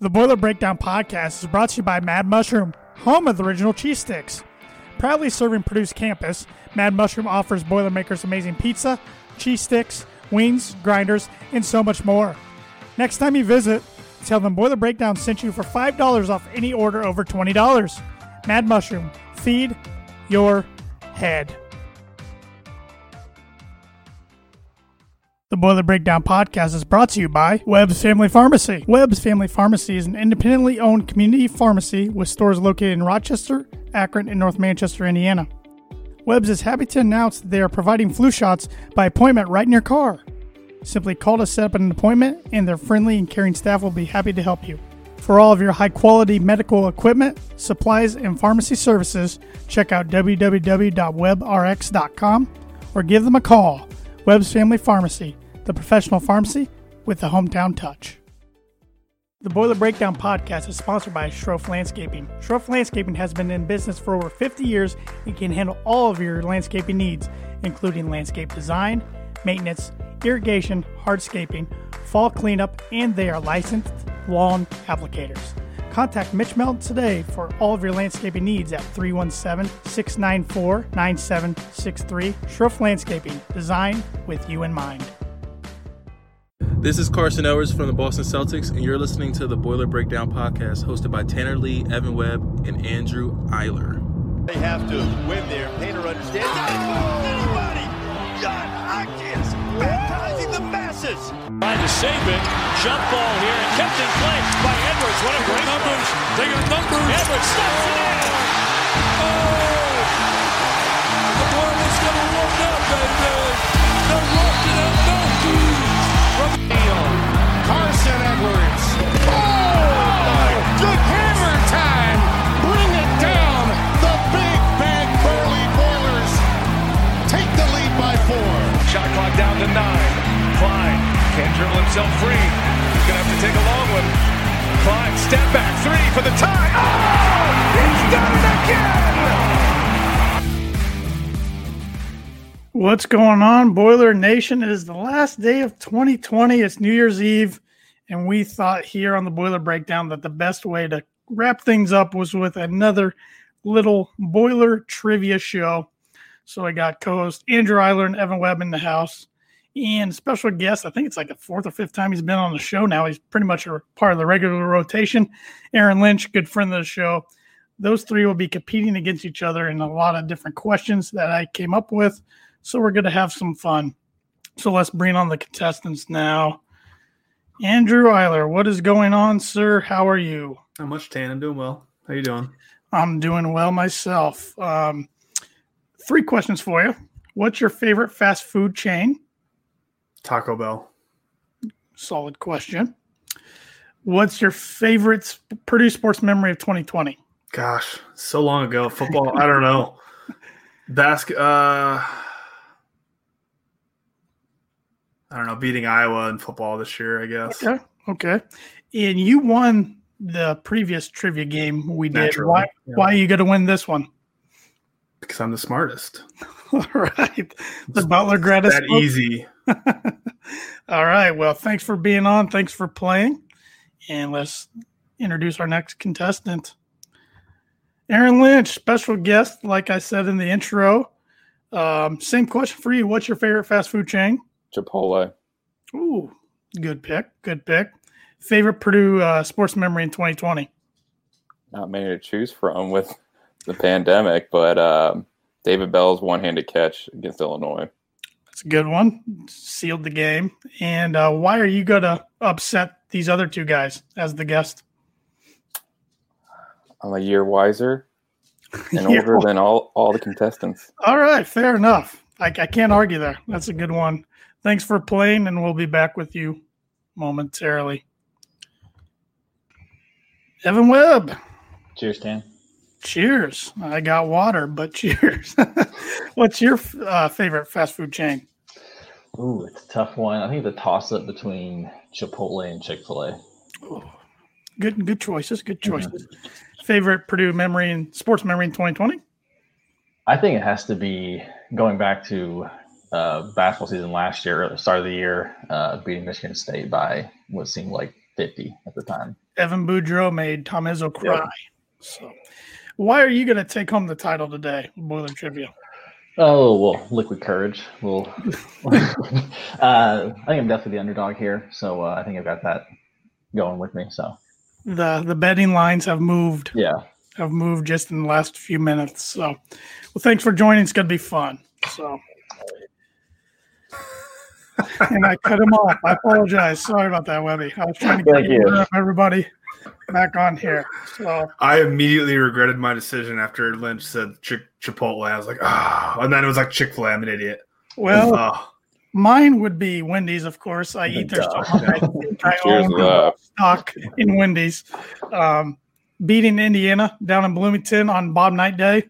The Boiler Breakdown podcast is brought to you by Mad Mushroom, home of the original cheese sticks. Proudly serving Purdue's campus, Mad Mushroom offers Boilermakers amazing pizza, cheese sticks, wings, grinders, and so much more. Next time you visit, tell them Boiler Breakdown sent you for $5 off any order over $20. Mad Mushroom, feed your head. The Boiler Breakdown podcast is brought to you by Webb's Family Pharmacy. Webb's Family Pharmacy is an independently owned community pharmacy with stores located in Rochester, Akron, and North Manchester, Indiana. Webb's is happy to announce that they are providing flu shots by appointment right in your car. Simply call to set up an appointment, and their friendly and caring staff will be happy to help you. For all of your high quality medical equipment, supplies, and pharmacy services, check out www.webrx.com or give them a call. Webb's Family Pharmacy, the professional pharmacy with the hometown touch. The Boiler Breakdown podcast is sponsored by Schroff Landscaping. Schroff Landscaping has been in business for over 50 years and can handle all of your landscaping needs, including landscape design, maintenance, irrigation, hardscaping, fall cleanup, and they are licensed lawn applicators. Contact Mitch Meld today for all of your landscaping needs at 317 694 9763. Schroff Landscaping, design with you in mind. This is Carson Edwards from the Boston Celtics, and you're listening to the Boiler Breakdown podcast hosted by Tanner Lee, Evan Webb, and Andrew Eiler. They have to win there. Painter understands. Oh! Anybody! John Hopkins baptizing the masses. Trying to save it. Jump ball here and kept in play by Edwards. What a great numbers. They got numbers. Edwards steps it in. Oh! The world is going to look up, baby. They're looking at Melton. From Neal. Carson Edwards. Oh! My good hammer time. Bring it down. The big bad Burley Boilers take the lead by four. Shot clock down to nine. Klein can't dribble himself free. He's gonna have to take a long one. Klein step back three for the tie. Oh, he's done it again. What's going on, Boiler Nation? It is the last day of 2020. It's New Year's Eve. And we thought here on the Boiler Breakdown that the best way to wrap things up was with another little boiler trivia show. So I got co host Andrew Eiler and Evan Webb in the house. And special guest, I think it's like the fourth or fifth time he's been on the show now. He's pretty much a part of the regular rotation. Aaron Lynch, good friend of the show. Those three will be competing against each other in a lot of different questions that I came up with. So we're going to have some fun. So let's bring on the contestants now. Andrew Eiler, what is going on, sir? How are you? Not much, Tan. I'm doing well. How you doing? I'm doing well myself. Um, three questions for you. What's your favorite fast food chain? Taco Bell. Solid question. What's your favorite sp- Purdue sports memory of 2020? Gosh, so long ago. Football. I don't know. Basket. Uh, I don't know. Beating Iowa in football this year, I guess. Okay. Okay. And you won the previous trivia game we did. Naturally, Why, yeah. why are you going to win this one? Because I'm the smartest. All right. The Butler Gratis. That easy. All right. Well, thanks for being on. Thanks for playing. And let's introduce our next contestant. Aaron Lynch, special guest, like I said in the intro. Um, same question for you. What's your favorite fast food chain? Chipotle. Ooh, good pick. Good pick. Favorite Purdue uh, sports memory in 2020? Not many to choose from with the pandemic, but um, David Bell's one-handed catch against Illinois. That's a good one. Sealed the game. And uh, why are you going to upset these other two guys as the guest? I'm a year wiser and Year older than all, all the contestants. All right, fair enough. I, I can't argue there. That's a good one. Thanks for playing, and we'll be back with you momentarily. Evan Webb, Cheers, Dan. cheers. I got water, but cheers. What's your uh, favorite fast food chain? Ooh, it's a tough one. I think the toss up between Chipotle and Chick fil A. Good, good choices. Good Mm-hmm. choices. Favorite Purdue memory and sports memory in 2020? I think it has to be going back to uh, basketball season last year, at the start of the year, uh, beating Michigan State by what seemed like 50 at the time. Evan Boudreau made Tom Izzo cry. So, why are you going to take home the title today, Boiler Trivia? Oh well, liquid courage. Well, uh, I think I'm definitely the underdog here, so uh, I think I've got that going with me. So The the betting lines have moved yeah, have moved just in the last few minutes. So, well, thanks for joining. It's going to be fun. So, and I cut him off. I apologize. Sorry about that, Webby. I was trying to Thank get you. everybody back on here. So, I immediately regretted my decision after Lynch said Chick- Chipotle. I was like, ah, and then it was like Chick Fil A. I'm an idiot. well, Ah. mine would be Wendy's, of course. I eat their Duh. stuff. I think I Cheers own up. stock in Wendy's. Um, beating Indiana down in Bloomington on Bob Knight Day.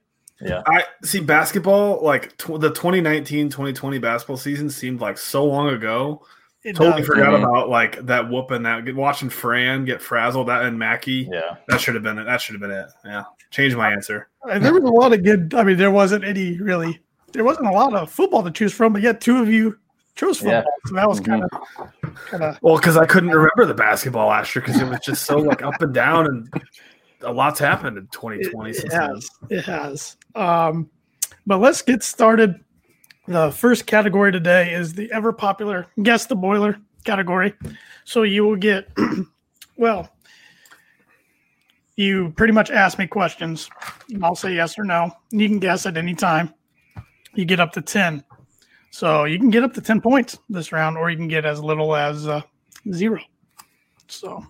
I see basketball like tw- the 2019-2020 basketball season seemed like so long ago. It uh, Totally does. forgot Mhm. about like that whooping that watching Fran get frazzled that and Mackey. yeah. That should have been it. That should have been it. Yeah, change my answer. Uh, There was a lot of good. I mean, there wasn't any really. There wasn't a lot of football to choose from, but yet two of you chose football, Yeah. so that was Mhm. kind of Mm-hmm. kind of Well, because I couldn't remember the basketball last year because it was just so like up and down and a lot's happened in 2020. It, it since then. has. It has. Um, but let's get started. The first category today is the ever popular guess the boiler category. So you will get, well, you pretty much ask me questions. and I'll say yes or no. and You can guess at any time. You get up to 10. So you can get up to 10 points this round, or you can get as little as uh, zero. So.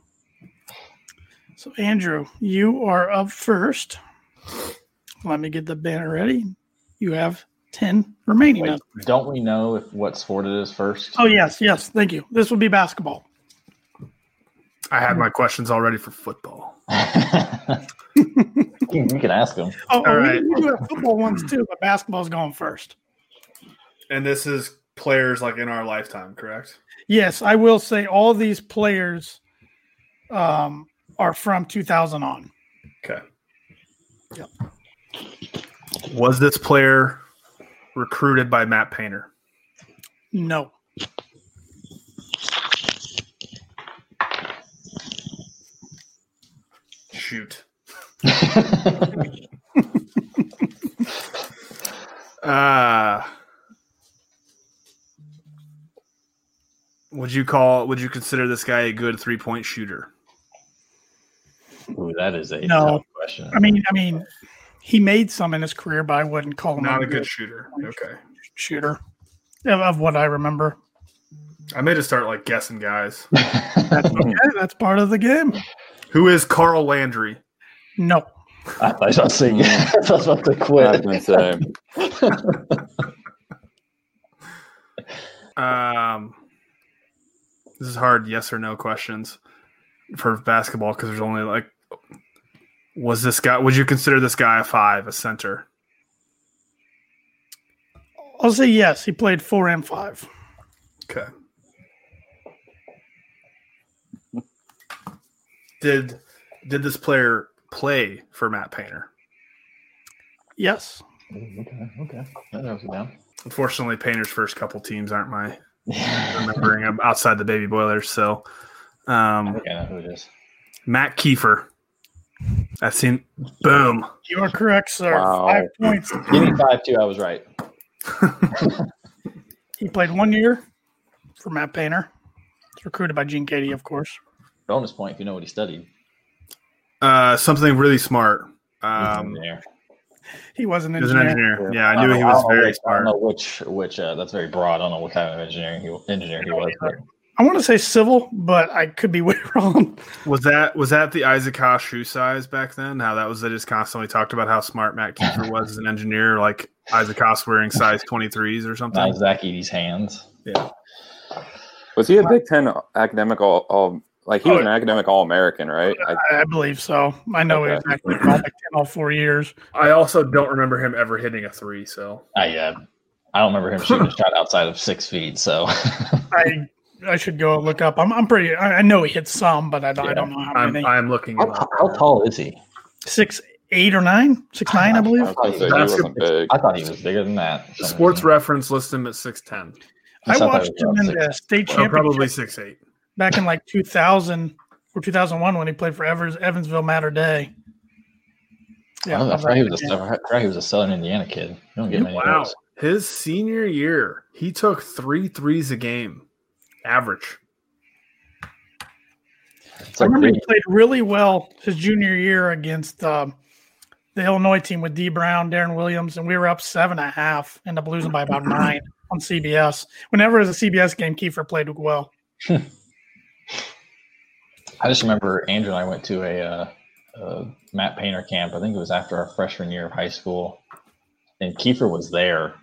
So, Andrew, you are up first. Let me get the banner ready. You have 10 remaining. Wait, don't we know if what sport it is first? Oh, yes, yes. Thank you. This will be basketball. I had my questions already for football. you can ask him. Oh, All oh, we- right. we, do have football ones too, but basketball's going first. And this is players like in our lifetime, correct? Yes, I will say all these players um, are from 2000 on. Okay. Yep. Was this player recruited by Matt Painter? No. Shoot. Uh Would you call would you consider this guy a good three-point shooter? Ooh, that is a No. tough question. I mean, I mean, he made some in his career, but I wouldn't call him Not a good shooter. Okay. shooter of, of what I remember. I may just start like guessing guys. Hmm. Okay, that's part of the game. Who is Carl Landry? No. I thought I was about to say yes. I was about to I was quit. gonna say, Um, this is hard yes or no questions for basketball because there's only like, was this guy, would you consider this guy a five, a center? I'll say yes. He played four and five. Okay. Did did this player play for Matt Painter? Yes. Ooh, Okay, okay. That narrows it down. Unfortunately, Painter's first couple teams aren't my remembering. I'm outside the baby boilers, so um, Okay, I know who it is. Matt Kiefer. I've seen boom. You are correct, sir. Wow. Five points. Give me five two. I was right. He played one year for Matt Painter. Recruited by Gene Katie, of course. Bonus point if you know what he studied. Uh, something really smart. Um, there. He was an he was an engineer. engineer. Yeah, I knew he was very I smart. don't know which which uh, that's very broad. I don't know what kind of engineering he engineer he was. but- I want to say civil, but I could be way wrong. Was that was that the Isaac Haas shoe size back then? How that was they just constantly talked about how smart Matt Kiefer was as an engineer, like Isaac Haas wearing size twenty threes or something. Not Zach Eady's hands. Yeah. was he a Big Ten academic all, all like he was an academic all American, right? I, I, I believe so. I know Okay. exactly. Back ten all four years. I also don't remember him ever hitting a three. So I uh, I don't remember him shooting a shot outside of six feet. So I I should go look up. I'm I'm pretty. I, I know he hit some, but I don't. I don't know how I'm many. I'm looking. how, him up. how tall is he? Six, eight, or nine? Six, nine, I believe. I was gonna say he wasn't big. I thought he was bigger than that. for some Sports reason. Reference lists him at six ten. Oh, I thought that watched was him around in six. the state Well, championship probably six eight. back in like 2000 or 2001 when he played for Evers, Evansville Matter Day. Yeah, I, forgot Oh, he was a, I forgot he was a Southern Indiana kid. You don't get many Wow. of those. His senior year, he took three threes a game, average. It's I like remember he Green- played really well his junior year against um, the Illinois team with D Brown, Darren Williams, and we were up seven and a half, end up losing by about nine on CBS. Whenever it was a CBS game, Kiefer played well. I just remember Andrew and I went to a, uh, uh Matt Painter camp. I think it was after our freshman year of high school, and Kiefer was there,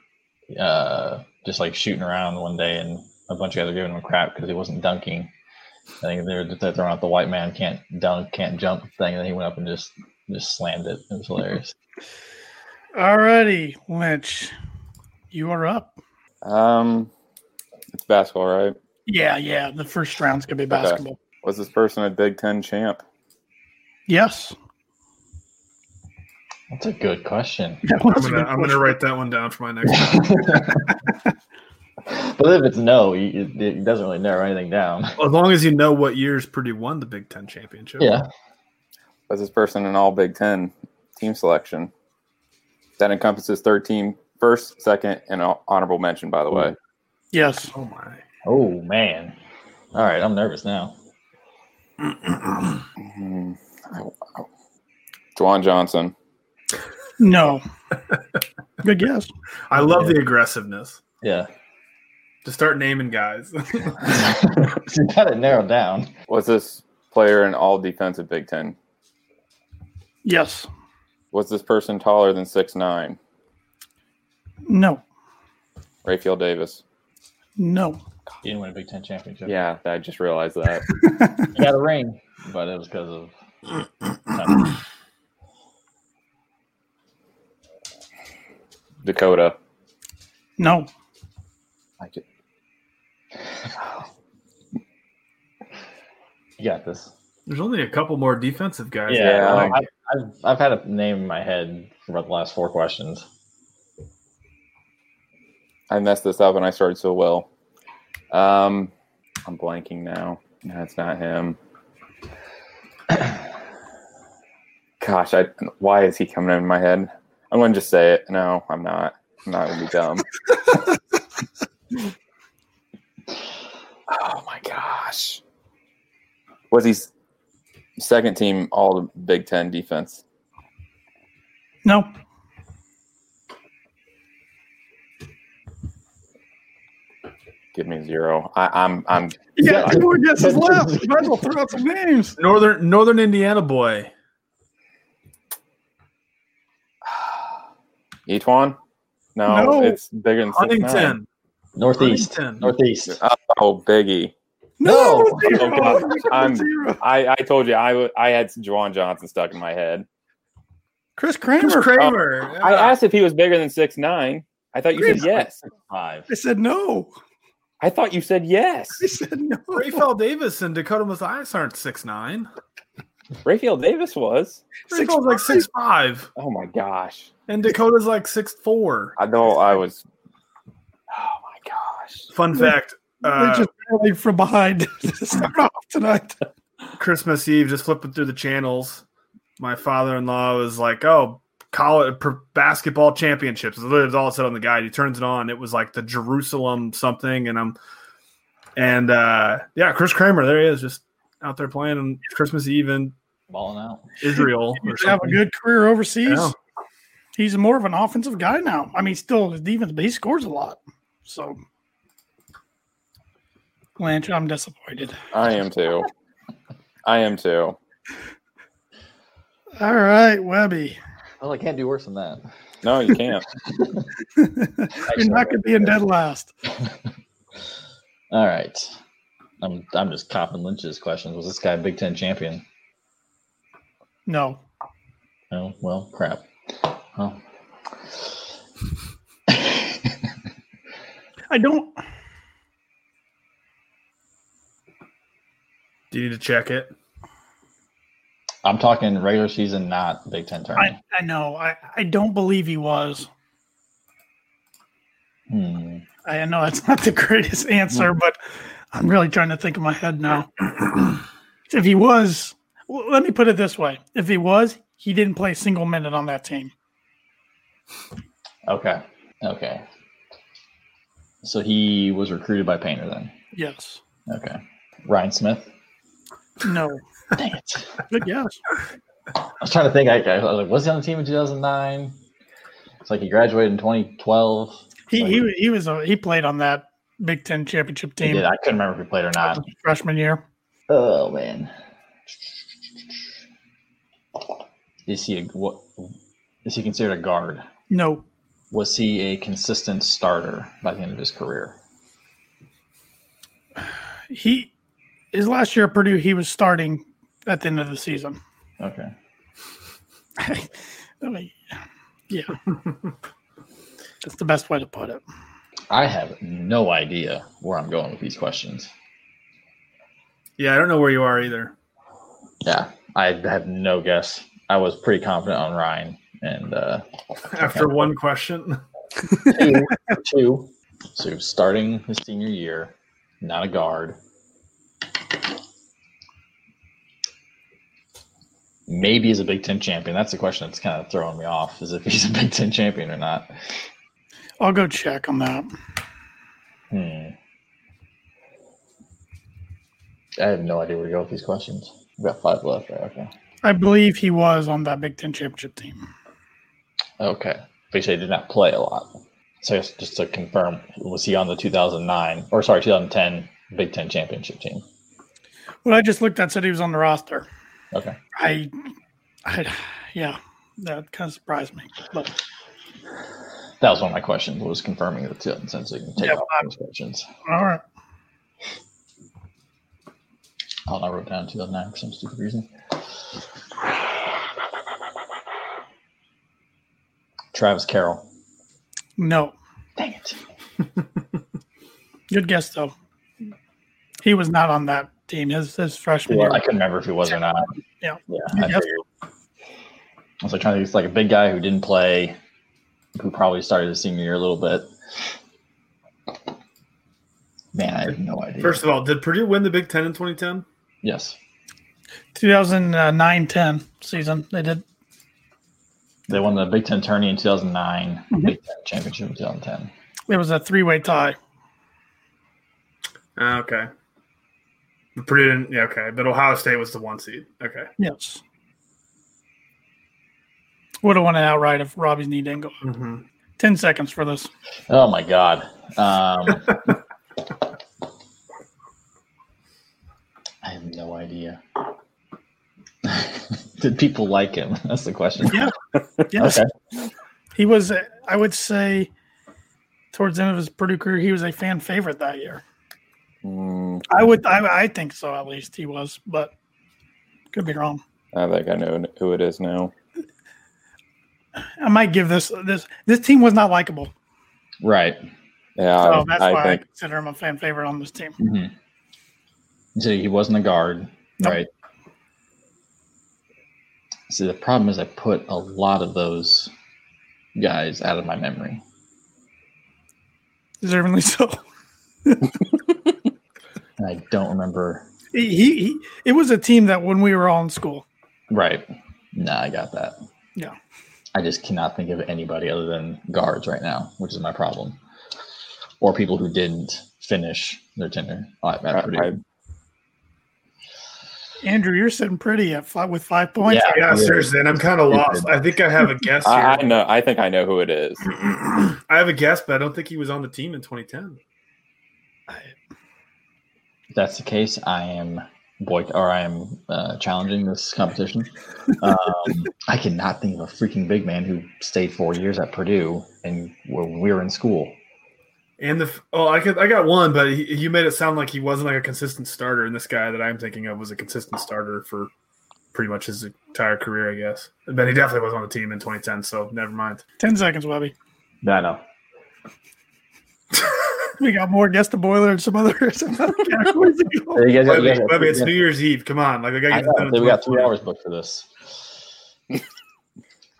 uh, just like shooting around one day, and a bunch of guys were giving him crap because he wasn't dunking. I think they were they're throwing out the white man can't dunk, can't jump thing, and then he went up and just just slammed it. It was hilarious. Alrighty, Lynch, you are up. Um, it's basketball, right? Yeah, yeah. The first round's gonna be basketball. Was this person a Big Ten champ? Yes. That's a good question. I'm gonna, I'm gonna write that one down for my next. one. but if it's no, you- it, it doesn't really narrow anything down. as long as you know what years Purdue won the Big Ten championship. Yeah, Was this person an All Big Ten team selection? That encompasses third team, first, second, and an honorable mention. By the way, yes. Oh my. Oh man! All right, I'm nervous now. mm Juwan Johnson. No. Good guess. I love the aggressiveness. Yeah, Just start naming guys. you got it narrowed down. Was this player an All Defensive Big Ten? Yes. Was this person taller than six nine? No. Rayfield Davis. No. You didn't win a Big Ten championship. Yeah, I just realized that. you got a ring, but it was because of. Dakota. No. I ju- You got this. There's only a couple more defensive guys. Yeah. I- I've, I've I've had a name in my head for about the last four questions. I messed this up and I started so well. Um, I'm blanking now. That's not him. Gosh, I why is he coming in my head? I'm gonna just say it. No, I'm not. I'm not gonna be dumb. oh my gosh. Was he s- second team all Big Ten defense? No. Give me zero. I, I'm I'm Yeah, two more guesses left. You might as well throw out some names. Northern Northern Indiana boy. Etwan? No, No. it's bigger than six nine. Huntington. Northeast, Huntington. northeast. Oh, Biggie. No. No. zero. Oh, You got I'm- zero. I, I told you I, w- I had Juwan Johnson stuck in my head. Chris Chris Kramer. Kramer. I asked if he was bigger than six nine. I thought you said yes. Five. I said no. I thought you said yes. I said no. Rafael Davis and Dakota Mathias aren't six nine. Rayfield Davis was. Rafael's like six five, Oh my gosh. and Dakota's like six four. I know I was. Oh my gosh. Fun fact: They're uh, just barely from behind to start off tonight. Christmas Eve, just flipping through the channels, my father-in-law was like, "Oh, college pr- basketball championships." It was all it said on the guide. He turns it on. It was like the Jerusalem something, and I'm, and uh yeah, Chris Kramer. There he is, just out there playing on Christmas Eve in Balling out. Israel. He Or used to have a something. good career overseas. Yeah. He's more of an offensive guy now. I mean, still his defense, but he scores a lot. So, Blanche, I'm disappointed. I am too. I am too. All right, Webby, Well, I Oh, can't do worse than that. No, you can't. you're not going to be in dead last. All right. I'm I'm just copping Lynch's questions. Was this guy a Big Ten champion? No, Oh well, crap. Oh. I don't. Do you need to check it? I'm talking regular season, not Big Ten tournament. I, I know. I, I don't believe he was. Hmm. I know that's not the greatest answer, but I'm really trying to think in my head now. If he was, well, let me put it this way: if he was, he didn't play a single minute on that team. Okay. Okay. So he was recruited by Painter then. Yes. Okay. Ryan Smith. No. Dang it. Good guess. I was trying to think. I, I was like, was he on the team in 2009? It's like he graduated in 2012. He he he was a, he played on that Big Ten championship He team did. I couldn't remember if he played or not. freshman year. Oh man. Is he a what? Is he considered a guard? No. Was he a consistent starter by the end of his career? He his last year at Purdue, he was starting at the end of the season. Okay. I mean, yeah. That's the best way to put it. I have no idea where I'm going with these questions. Yeah, I don't know where you are either. Yeah, I have no guess. I was pretty confident on Ryan, and uh, After one question, two, two. So he was starting his senior year, not a guard. Maybe he's a Big Ten champion. That's the question that's kind of throwing me off: is if he's a Big Ten champion or not. I'll go check on that. Hmm. I have no idea where to go with these questions. We've got five left, right? Okay. I believe he was on that Big Ten championship team. Okay. But you say he did not play a lot. So I guess just to confirm, was he on the 2009 or sorry 2010 Big Ten championship team? Well, I just looked at said he was on the roster. Okay. I, I yeah, that kind of surprised me. But That was one of my questions. Was confirming the 2010 so you can take Yeah, off fine. those questions. all right, Oh, I wrote down 2009 for some stupid reason. Travis Carroll. no, Dang it. good guess though. He was not on that team. His his freshman Well, I year. couldn't remember if he was or not. Yeah. Yeah. I, Yes. figured. I was like trying to think, it's like a big guy who didn't play, who probably started his senior year a little bit. Man, I have no idea. first of all, did Purdue win the Big Ten in 2010? yes. 2009-10 season. They did. They won the Big Ten tourney in 2009, Big Ten championship in 2010. It was a three way tie. Ah, okay. But Purdue didn't. Yeah, okay. But Ohio State was the one seed. Okay. Yes. Would have won it outright if Robbie's knee didn't go. Mm-hmm. 10 seconds for this. Oh my god. Um, I have no idea. Did people like him? That's the question. Yeah. Yes. He was, uh, I would say, towards the end of his Purdue career, he was a fan favorite that year. Mm, I would, I, I think so, at least he was, but could be wrong. I think I know who it is now. I might give this, this, this team was not likable. Right. Yeah, So I, Oh, that's I why I think consider him a fan favorite on this team. Mhm. So he wasn't a guard, Nope. right? See, the problem is I put a lot of those guys out of my memory. Deservingly so. And I don't remember. He, he, he, it was a team that when we were all in school, Right. Nah, I got that. Yeah. I just cannot think of anybody other than guards right now, which is my problem. Or people who didn't finish their tenure at, at I, Purdue. I, Andrew, you're sitting pretty at five, with five points. Yeah. Yeah, seriously. And I'm kind of lost. I think I have a guess here. I, I know. I think I know who it is. I have a guess, but I don't think he was on the team in 2010. If that's the case, I am boy or I am uh, challenging this competition. Um, I cannot think of a freaking big man who stayed four years at Purdue and when we were in school. And the f- oh, I could I got one, but he, you made it sound like he wasn't like a consistent starter. And this guy that I'm thinking of was a consistent starter for pretty much his entire career, I guess. But he definitely was on the team in 2010, so never mind. 10 seconds, Webby. I know. We got more guest the boiler and some other, some other categories to go. You guys, Webby, you guys- Webby, it's you guys- New Year's Eve. Come on, like we I got know, we got three hours. hours booked for this.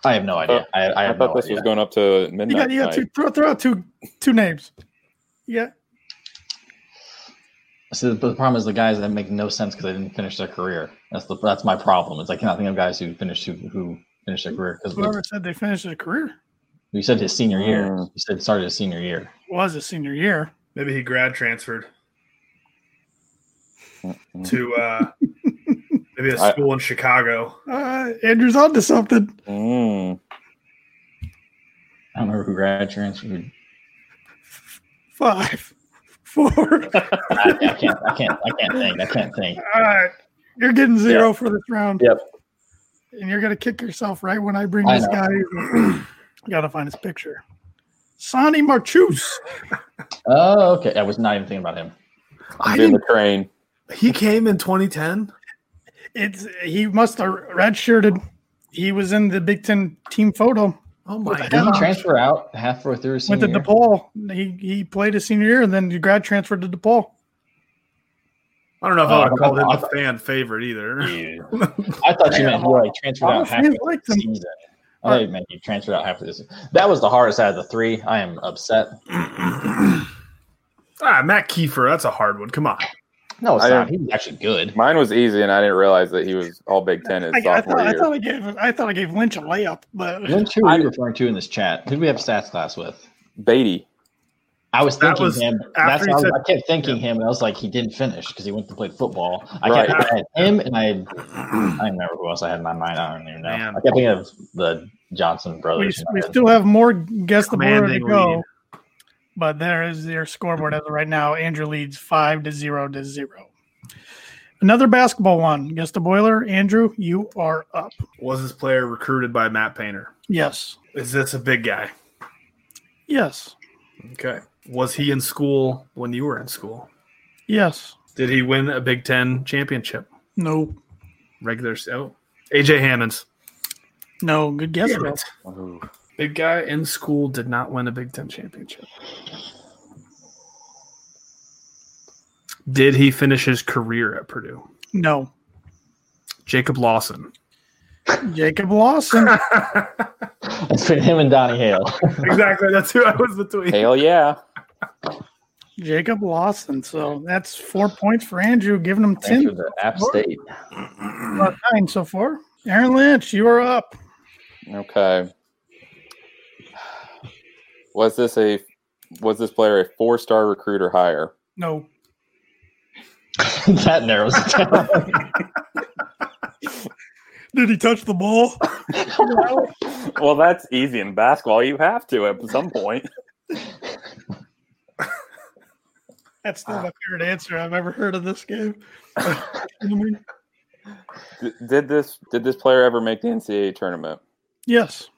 I have no idea. I, I I, have thought no this idea. was going up to You midnight. got, you got tonight. two, throw, throw out two, two names. Yeah. See, the, the problem is the guys that make no sense because they didn't finish their career. That's the that's my problem. It's I cannot think of guys who finished who who finished their career Whoever because said they finished their career you said his senior year. Mm. You said started his senior year. was a senior year. Maybe he grad transferred to uh, maybe a I- school in Chicago. Uh, Andrew's onto something. Mm. I don't remember who grad transferred. Five, four. All I, I can't. I can't. I can't think. I can't think. right, you're getting zero for this round. Yep. And you're gonna kick yourself right when I bring I this know. guy. I gotta find his picture. Sonny Marchuse. Oh, okay. I was not even thinking about him. I Been the didn't. train. He came in 2010. It's he must have redshirted. He was in the Big Ten team photo Oh What the my Did he hell? god! transfer out halfway through his Uh-huh. Went senior to year? DePaul. He he played his senior year and then grad transferred to DePaul. I don't know if Oh, I would have called him I- a fan favorite either. Dude. I thought you meant he like transferred All out the half fans of the liked him. season. I thought you meant he transferred out half of the season. That was the hardest out of the three. I am upset. Ah, Matt Kiefer, that's a hard one. Come on. No, it's I not. am- He was actually good. Mine was easy, and I didn't realize that he was all Big Ten his I, I sophomore thought, I year. thought I gave I thought I gave Lynch a layup, but Lynch, who are you referring to in this chat? Who do we have stats class with? Beatty. I was That thinking was him. after That's you how I, said- I kept thinking him, and I was like, he didn't finish because he went to play football. I Right. kept I had him, and I had, I don't remember who else I had in my mind. I don't even know. Man. I kept thinking of the Johnson we, brothers. we still have more guess the board to Commanding go. lead. But there is their scoreboard as of right now. Andrew leads five to zero to zero. Another basketball one. Guess the boiler. Andrew, you are up. Was this player recruited by Matt Painter? Yes. Is this a big guy? Yes. Okay. Was he in school when you were in school? Yes. Did he win a Big Ten championship? No. Regular. Oh, AJ Hammonds. No. Good guess. Damn though. it. Big guy in school did not win a Big Ten championship. Did he finish his career at Purdue? No. Jacob Lawson. Jacob Lawson. It's been him and Donnie Hale. exactly. That's who I was between. Hell yeah. Jacob Lawson. So that's four points for Andrew, giving him Thanks for ten the App State. about nine so far. Aaron Lynch, you are up. Okay. Was this a was this player a four star recruit or higher? No. that narrows it down. Did he touch the ball? Well, that's easy in basketball. You have to at some point. That's still my favorite answer I've ever heard of this game. You know what I mean? D- did this did this player ever make the NCAA tournament? yes.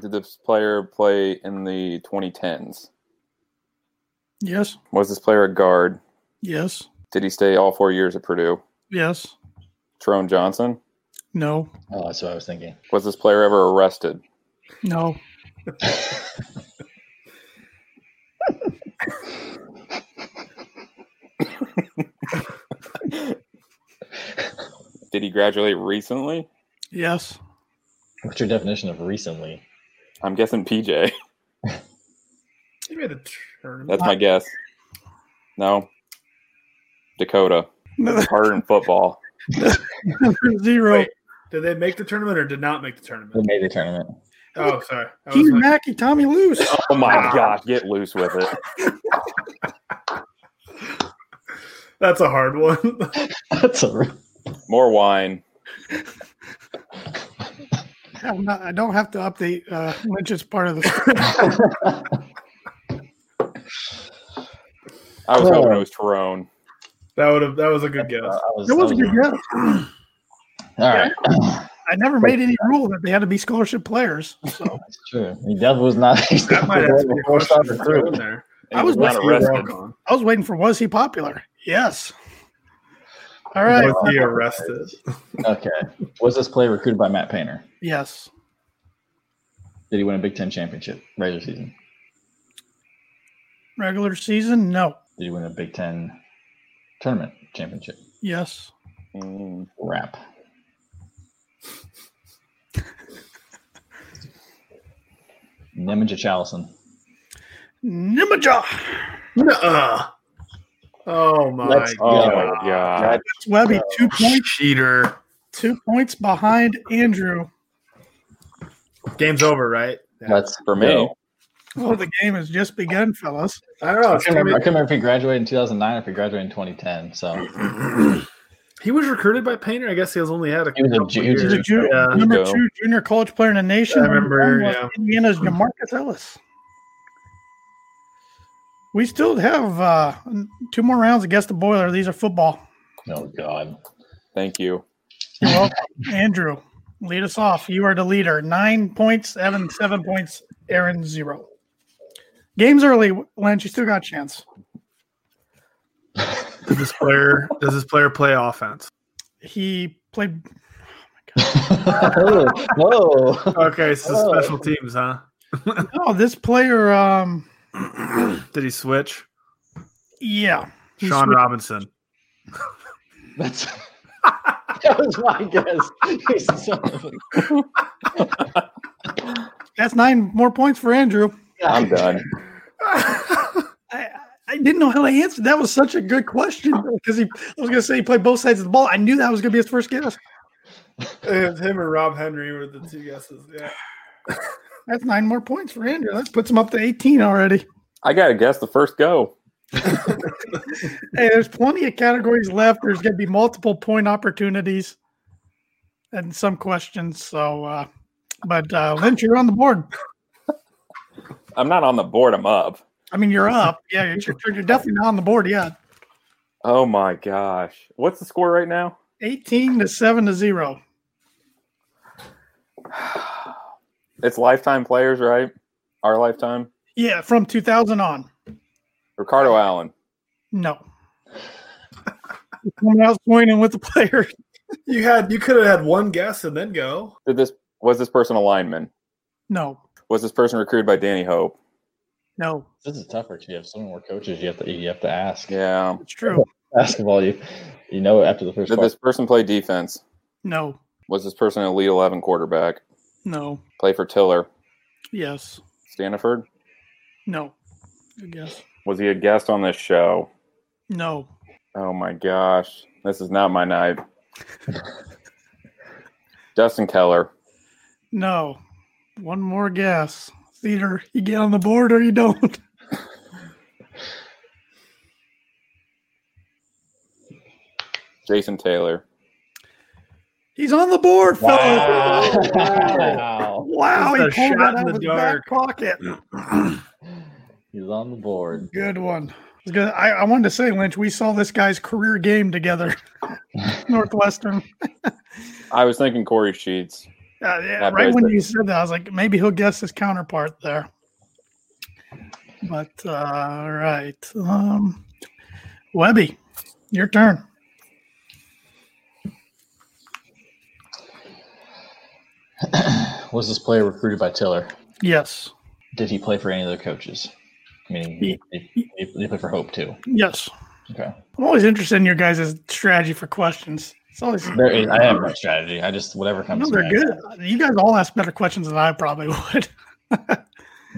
Did this player play in the 2010s? Yes. Was this player a guard? Yes. Did he stay all four years at Purdue? Yes. Trone Johnson? No. Oh, that's what I was thinking. Was this player ever arrested? No. Did he graduate recently? Yes. What's your definition of recently? I'm guessing PJ. He made a tournament. That's my guess. No. Dakota. Another Harder in football. Zero. Wait. Did they make the tournament or did not make the Who tournament? made the tournament? Oh, sorry. I was Keenan like, Mackey, Tommy Loose. Oh my gosh, get loose with it. that's a hard one. That's a re- More wine. I'm not, I don't have to update uh, Lynch is part of the I was hoping it was Tyrone. that would have. That was a good I guess. was, That was I a good guess. All right, I never made any rule that they had to be scholarship players. So that's true. He definitely was not. He's That might have to be a question to throw in there. And I he was not with you, arrested. I was waiting for was he popular? Yes. All right. Was he arrested? Okay. Was this player recruited by Matt Painter? Yes. Did he win a Big Ten championship regular season? Regular season? No. Did he win a Big Ten tournament championship? Yes. Mm, Wrap. Nemanja Chalison. Nimajah. Nuh-uh. Oh my Let's- god. my God. It's Webby two points, Cheater. two points behind Andrew. Game's over, right? Yeah. That's For me, No. Oh, the game has just begun, fellas. I don't know. I it's can't, remember, I gonna can't remember if he graduated in 2009 or if he graduated in 2010. So be- he was recruited by Painter. I guess he has only had a He was a couple ju- he was a He's years. a ju- Yeah. number Go. two junior college player in the nation. I Number one remember, was yeah. Indiana's Jamarcus Ellis. We still have uh, two more rounds against the boiler. These are football. oh god, thank you. You're welcome. Andrew, lead us off. You are the leader. Nine points, Evan, seven points, Aaron, zero. Game's early, Lance. You still got a chance. Does this player does this player play offense? He played, whoa, whoa. Okay, so Oh. special teams, huh? oh, this player, um, Did he switch? yeah. He Sean switched- Robinson. that's that was my guess. He's the son of a- That's nine more points for Andrew. I'm done. I, I didn't know how to answer. That was such a good question because he. I was gonna say he played both sides of the ball. I knew that was gonna be his first guess. It's him and Rob Henry were the two guesses. Yeah. That's nine more points for Andrew. That puts him up to eighteen already. I got to guess the first go. Hey, there's plenty of categories left. There's gonna be multiple point opportunities and some questions. So, uh, but uh, Lynch, you're on the board. I'm not on the board. I'm up. I mean, you're up. Yeah, you're, you're definitely not on the board yet. Oh my gosh. What's the score right now? Eighteen to seven to zero. It's lifetime players, right? Our lifetime. Yeah, from 2000 on. Ricardo Allen. No. Someone else pointing with the player. You had you could have had one guess and then go. Did this was this person a lineman? No, Was this person recruited by Danny Hope? no, This is tougher because you have so many more coaches. You have to you have to ask. Yeah. it's true. Basketball, you you know it after the first. Did this person play defense? No, Was this person an elite eleven quarterback? no, Play for Tiller, yes, Stanford? no, I guess. Was he a guest on this show? No, Oh my gosh. This is not my night. Justin Keller. no. One more guess. It's either you get on the board or you don't. Jason Taylor. He's on the board, fellas. Wow. Wow, he Just a pulled shot that in out the of his dark. back pocket. He's on the board. Good one. It's good. I, I wanted to say, Lynch, we saw this guy's career game together, Northwestern. I was thinking Corey Sheets. Uh, yeah, That right plays when it. you said that, I was like, maybe he'll guess his counterpart there. But uh, all right, um, Webby, your turn. Was this player recruited by Tiller? Yes, Did he play for any of the coaches? I mean, he, he, he played for Hope too. yes. Okay. I'm always interested in your guys' strategy for questions. It's always There is, I have no strategy. I just whatever I comes. know they're next. good. You guys all ask better questions than I probably would.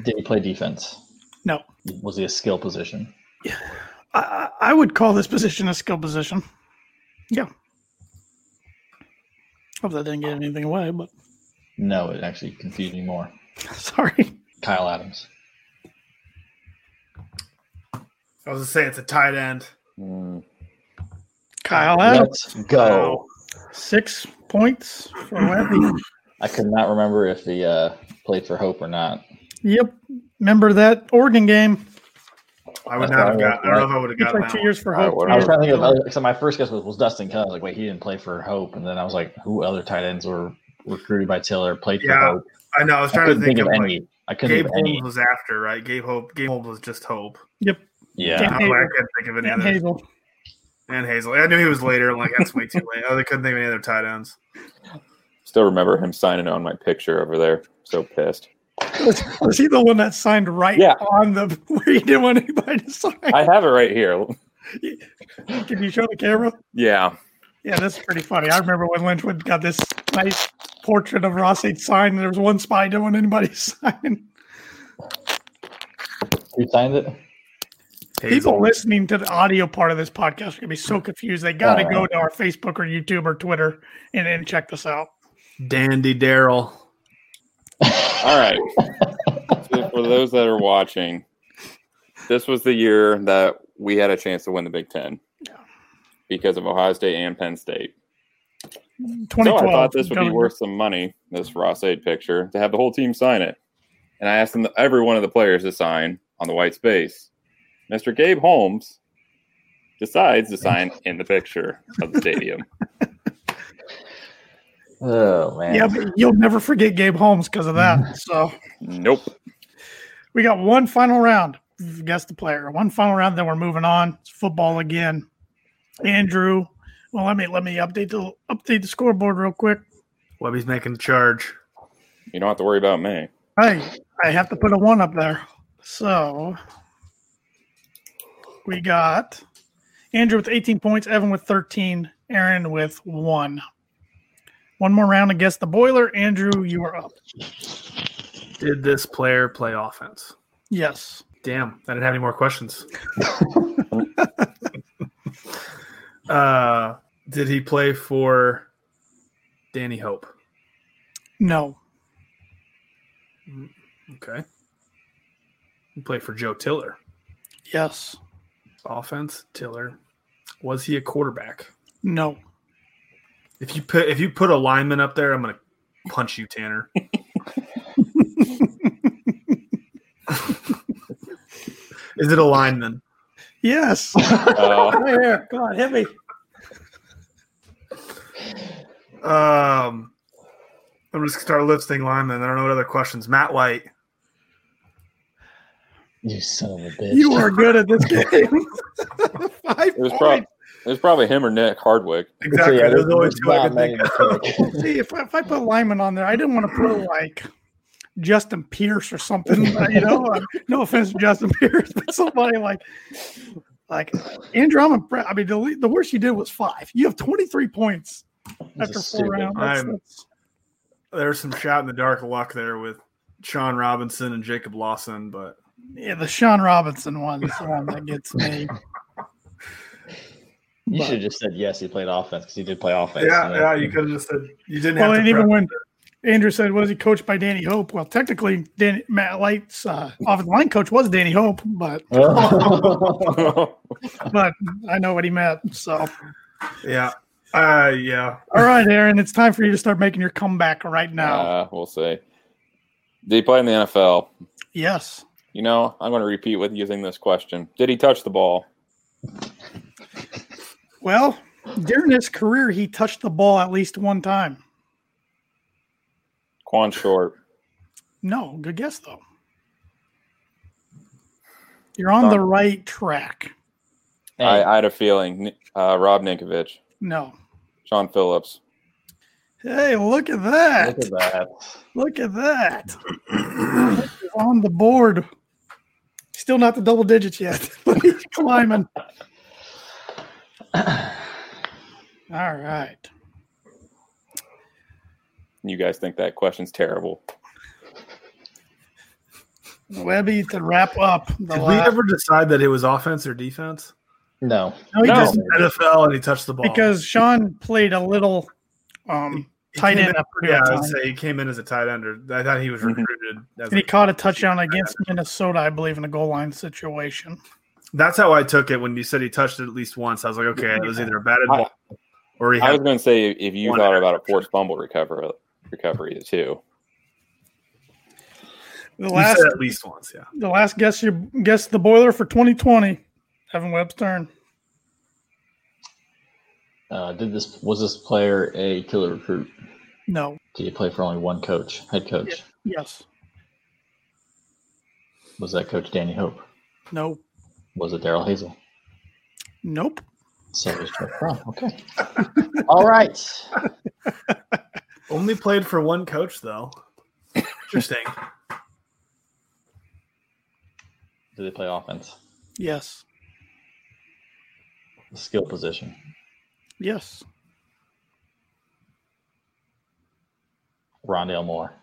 Did he play defense? No, Was he a skill position? I, I I would call this position a skill position. Yeah. Hope that didn't get anything away, but No, it actually confused me more. sorry. Kyle Adams. I was gonna say it's a tight end. Hmm. Kyle Adams. Let's go. Six points for Webby. I could not remember if he uh, played for Hope or not. yep. Remember that Oregon game? I would not have got I don't know if I would have He got played that two one. years for I Hope. would- two I was years trying to think for of Tiller. other. So my first guess was, was Dustin Keller. I was like, wait, he didn't play for Hope, and then I was like, who other tight ends were recruited by Taylor played for Yeah, Hope? I know, I was I trying to couldn't think, of, like, any. I couldn't Gabe think of any. Holmes was after, right? Gabe Hope Gabe Holmes was just Hope. Yeah, I, don't know, I couldn't think of any And other Hazel. and Hazel. I knew he was later. I'm like, that's way too late. Oh, they couldn't think of any other tight ends. Still remember him signing on my picture over there. So pissed. Was, was he the one that signed right Yeah. on the where he didn't want anybody to sign? I have it right here. Can you show the camera? Yeah. Yeah, that's pretty funny. I remember when Lynchwood got this nice portrait of Ross Eight signed, and there was one spy didn't want anybody to sign. who signed it? People listening to the audio part of this podcast are going to be so confused. They got to Oh. go to our Facebook or YouTube or Twitter and then check this out. Dandy Daryl. All right. so for those that are watching, this was the year that we had a chance to win the Big Ten because of Ohio State and Penn State. So 2012. I thought this would be Don't- worth some money, this Ross Aid picture, to have the whole team sign it. And I asked them, every one of the players to sign on the white space. Mr. Gabe Holmes decides to sign in the picture of the stadium. Oh man. Yeah, but you'll never forget Gabe Holmes because of Mm-hmm. that. So nope. we got one final round. Guess the player. One final round. Then we're moving on. It's football again. Andrew. Well, let me let me update the update the scoreboard real quick. Webby's making the charge. You don't have to worry about me. Hey, I have to put a one up there. So we got Andrew with 18 points, Evan with 13, Aaron with one. One more round against the boiler. Andrew, you are up. Did this player play offense? Yes. Damn, I didn't have any more questions. uh, did he play for Danny Hope? No. Okay. He played for Joe Tiller. Yes. Offense, Tiller. Was he a quarterback? No. If you put if you put a lineman up there, I'm gonna punch you, Tanner. Is it a lineman? Yes. Uh, right here. Come on, hit me. Um, I'm just gonna start listing linemen. I don't know what other questions. Matt White. You son of a bitch. You are good at this game. Five it, was points. prob- it was probably him or Nick Hardwick. So, Exactly. yeah, There's there's- only there's two I not can many think to pick. See, if I, if I put Lyman on there, I didn't want to put like Justin Pierce or something. but, you know, uh, no offense to Justin Pierce, but somebody like like Andrew. I'm impressed. I mean, the, le- the worst you did was five. You have 23 points This after is four stupid. rounds. That's- I'm- that's- of. There's some shot in the dark luck there with Sean Robinson and Jacob Lawson, but yeah, the Sean Robinson one is the one that gets me. You should have just said yes. He played offense because he did play offense. yeah, and yeah, you could have just said you didn't Well, have and to. even when prep. Andrew said, "Was he coached by Danny Hope?" Well, technically, Dan, Matt Light's uh, offensive line coach was Danny Hope, but but I know what he meant. So. Yeah, uh, yeah. All right, Aaron, it's time for you to start making your comeback right now. Uh, we'll see. Did he play in the NFL? yes. You know, I'm going to repeat with using this question. Did he touch the ball? Well, during his career, he touched the ball at least one time. Quan Short. No, good guess though. You're on the Darn. right track. I, Hey, I had a feeling. Ni- Uh, Rob Ninkovich, No. Sean Phillips. Hey, look at that. look at that. Look at that. He's on the board. Still not the double digits yet, but he's climbing. All right. You guys think that question's terrible? Webby to wrap up the Did we last- ever decide that it was offense or defense? No. No, he No. just- NFL, and he touched the ball because Sean played a little um, He tight came end in- up pretty Yeah, I good would time. say he came in as a tight end. Or, I thought he was Mhm. recruited. As And he a, caught a touchdown against Minnesota, I believe, in a goal line situation. that's how I took it when you said he touched it at least once. I was like, okay, it was either a batted I- ball or he I had. was going to say if you One thought about a forced fumble recover, recovery too. The you last, said at least once. Yeah, the last guess you guess the boiler for 2020, Evan Webb's turn. Uh, did this? Was this player a killer recruit? No, Did he play for only one coach? Head coach yes, was that coach Danny Hope? no, Was it Daryl Hazel? nope. So it was Jeff Brown. Okay. All right. only played for one coach though. Interesting. Did they play offense? Yes, Skill position. yes, Rondale Moore.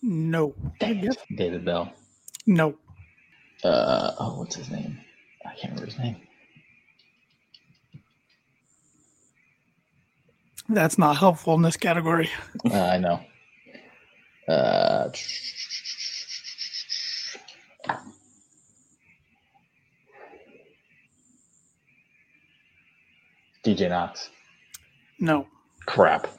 no, David Bell. no. Uh, oh, what's his name? I can't remember his name. That's not helpful in this category. Uh, I know. Uh, DJ Knox. No. Crap.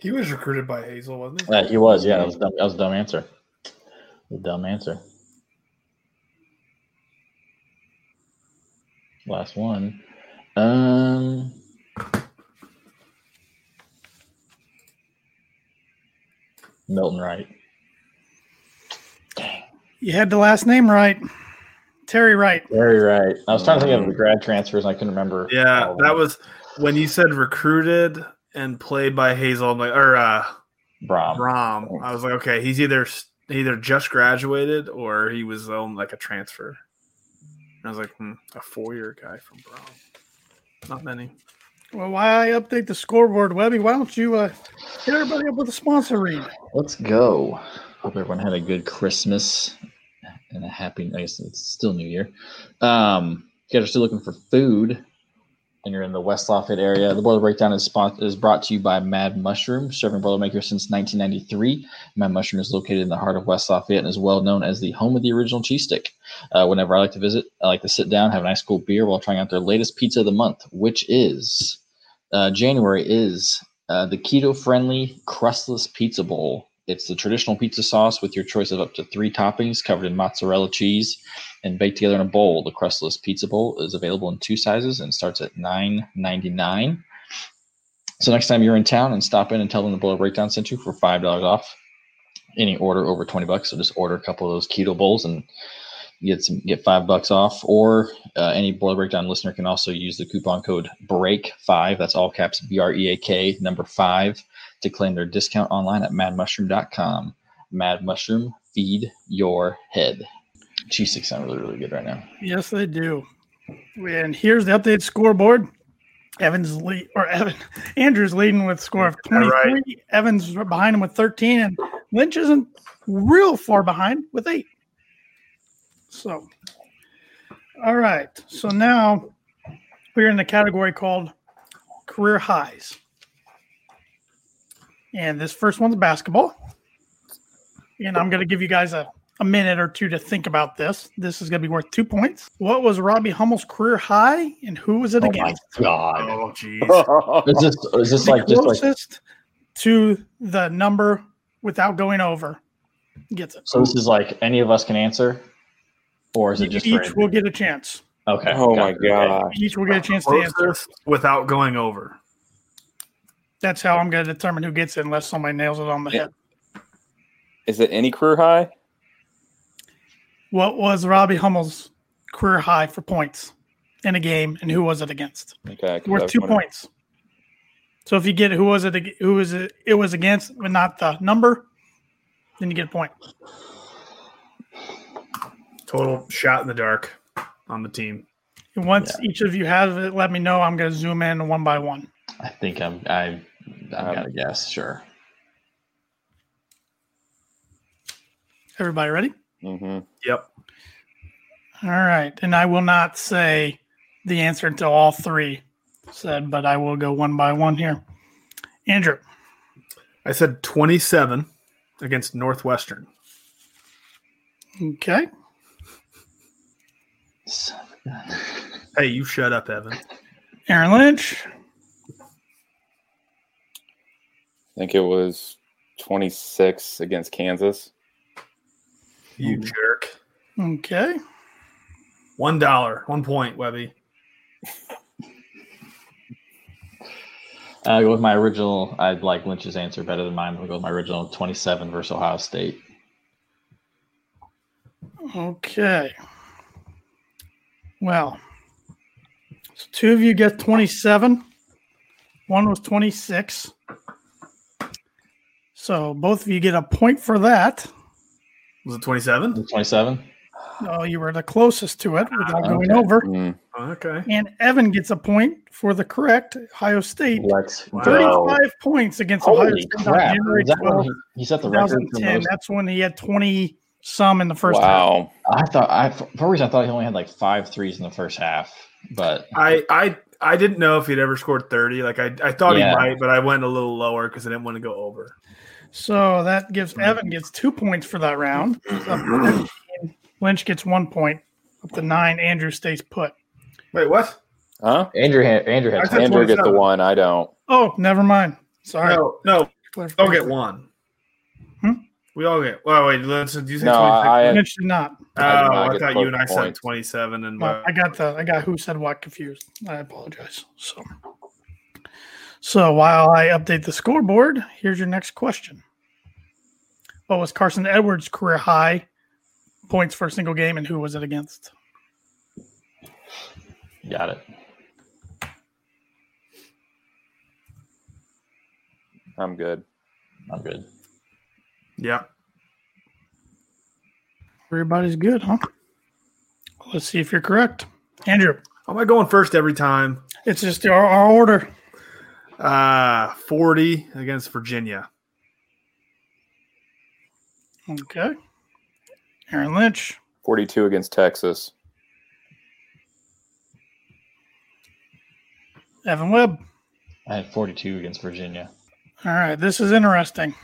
He was recruited by Hazel, wasn't he? Uh, he was. Yeah, that was, dumb, that was a dumb answer. Dumb answer. Last one. Um. Milton Wright. Dang. You had the last name right. Terry Wright. Very right. I was trying to think of the grad transfers. And I couldn't remember. Yeah, all of that them. was when you said recruited and played by Hazel. I'm like, or uh, Brom. Rom. I was like, okay, he's either either just graduated or he was um, like a transfer. And I was like, hmm, a four year guy from Brom. Not many. Well, while I update the scoreboard, Webby, why don't you uh, hit everybody up with a sponsor read? Let's go. Hope everyone had a good Christmas and a happy. I guess it's still New Year. Um, if you guys are still looking for food, and you're in the West Lafayette area, the Boiler Breakdown is spon- is brought to you by Mad Mushroom, serving Boilermakers since 1993. Mad Mushroom is located in the heart of West Lafayette and is well known as the home of the original cheese stick. Uh, whenever I like to visit, I like to sit down, have an ice cold beer while trying out their latest pizza of the month, which is uh, January is uh, the keto friendly crustless pizza bowl. It's the traditional pizza sauce with your choice of up to three toppings covered in mozzarella cheese and baked together in a bowl. The crustless pizza bowl is available in two sizes and starts at $9.99. So next time you're in town and stop in and tell them the bowl breakdown sent you for five dollars off any order over twenty bucks. So just order a couple of those keto bowls and get some get five bucks off. Or uh, any boil breakdown listener can also use the coupon code break five. That's all caps B R E A K number five to claim their discount online at madmushroom.com. Mad Mushroom, feed your head. Cheese sticks sound really really good right now. Yes, they do. And here's the updated scoreboard. Evans lead or Evan Andrews leading with score of Yeah, 23. right. Evans right behind him with 13, and Lynch isn't real far behind with eight. So, all right. So now we're in the category called career highs. And this first one's basketball. And I'm going to give you guys a, a minute or two to think about this. This is going to be worth two points. What was Robbie Hummel's career high, and who was it Oh my against? god! Oh, jeez. All Is this is this like just like closest to the number without going over gets it. so? This is like any of us can answer, or is it just for each will get a chance. okay? Oh got my it. gosh. Each will get a chance to answer. Closest without going over. That's how I'm going to determine who gets it, unless somebody nails it on the Yeah. head. Is it any career high? What was Robbie Hummel's career high for points in a game, and who was it against? Okay. 'cause I Worth was two wondering. points. So if you get who was it ag- who was it it was against, but not the number, then you get a point. Total shot in the dark on the team. And once each of you have it, let me know. I'm going to zoom in one by one. I think I'm I I've Um, got a guess. Sure. Everybody ready? Mhm. Yep. All right. And I will not say the answer until all three said, but I will go one by one here. Andrew, I said 27 against Northwestern. okay. Son of a gun. Hey, you shut up, Evan. Aaron Lynch, I think it was 26 against Kansas. You Hmm. jerk. okay. One dollar, one point, Webby. I'll go with my original. I like Lynch's answer better than mine. I'll go with my original twenty-seven versus Ohio State. Okay. Well, so two of you get 27. One was 26. So both of you get a point for that. Was it 27? Twenty-seven. Oh, you were the closest to it without going Ah, Okay. over. Mm. Okay. And Evan gets a point for the correct Ohio State. Let's Wow. go. 35 points against Ohio Holy State on crap! January Is that when 12, he, he set the record for 2010. most That's when he had 20. some in the first half. wow. I thought I for some reason I thought he only had like five threes in the first half, but I I I didn't know if he'd ever scored thirty. Like I, I thought Yeah. he might, but I went a little lower because I didn't want to go over. So that gives Evan gets two points for that round. He's up to 15. Lynch gets one point. Up to nine, Andrew stays put. Wait, what? Huh? Andrew had Andrew I had said- ten. Andrew gets the 27. one. I don't. Oh, never mind. Sorry. Oh. No, no, Clarification. don't get one. Hmm? We all get. Well, wait, let's. Do you say No, I, I had- Lynch did not. Oh, I did not I, get thought both you and I said points. twenty-seven and No, my, I got the I got who said what confused. I apologize. So so while I update the scoreboard, here's your next question. What was Carson Edwards' career high points for a single game and who was it against? got it. I'm good. I'm good. yeah. Everybody's good, huh? Let's see if you're correct. Andrew, Am I going first every time? it's just our, our order. Uh forty against Virginia. Okay. Aaron Lynch, 42 against Texas. Evan Webb. I had 42 against Virginia. All right, this is interesting.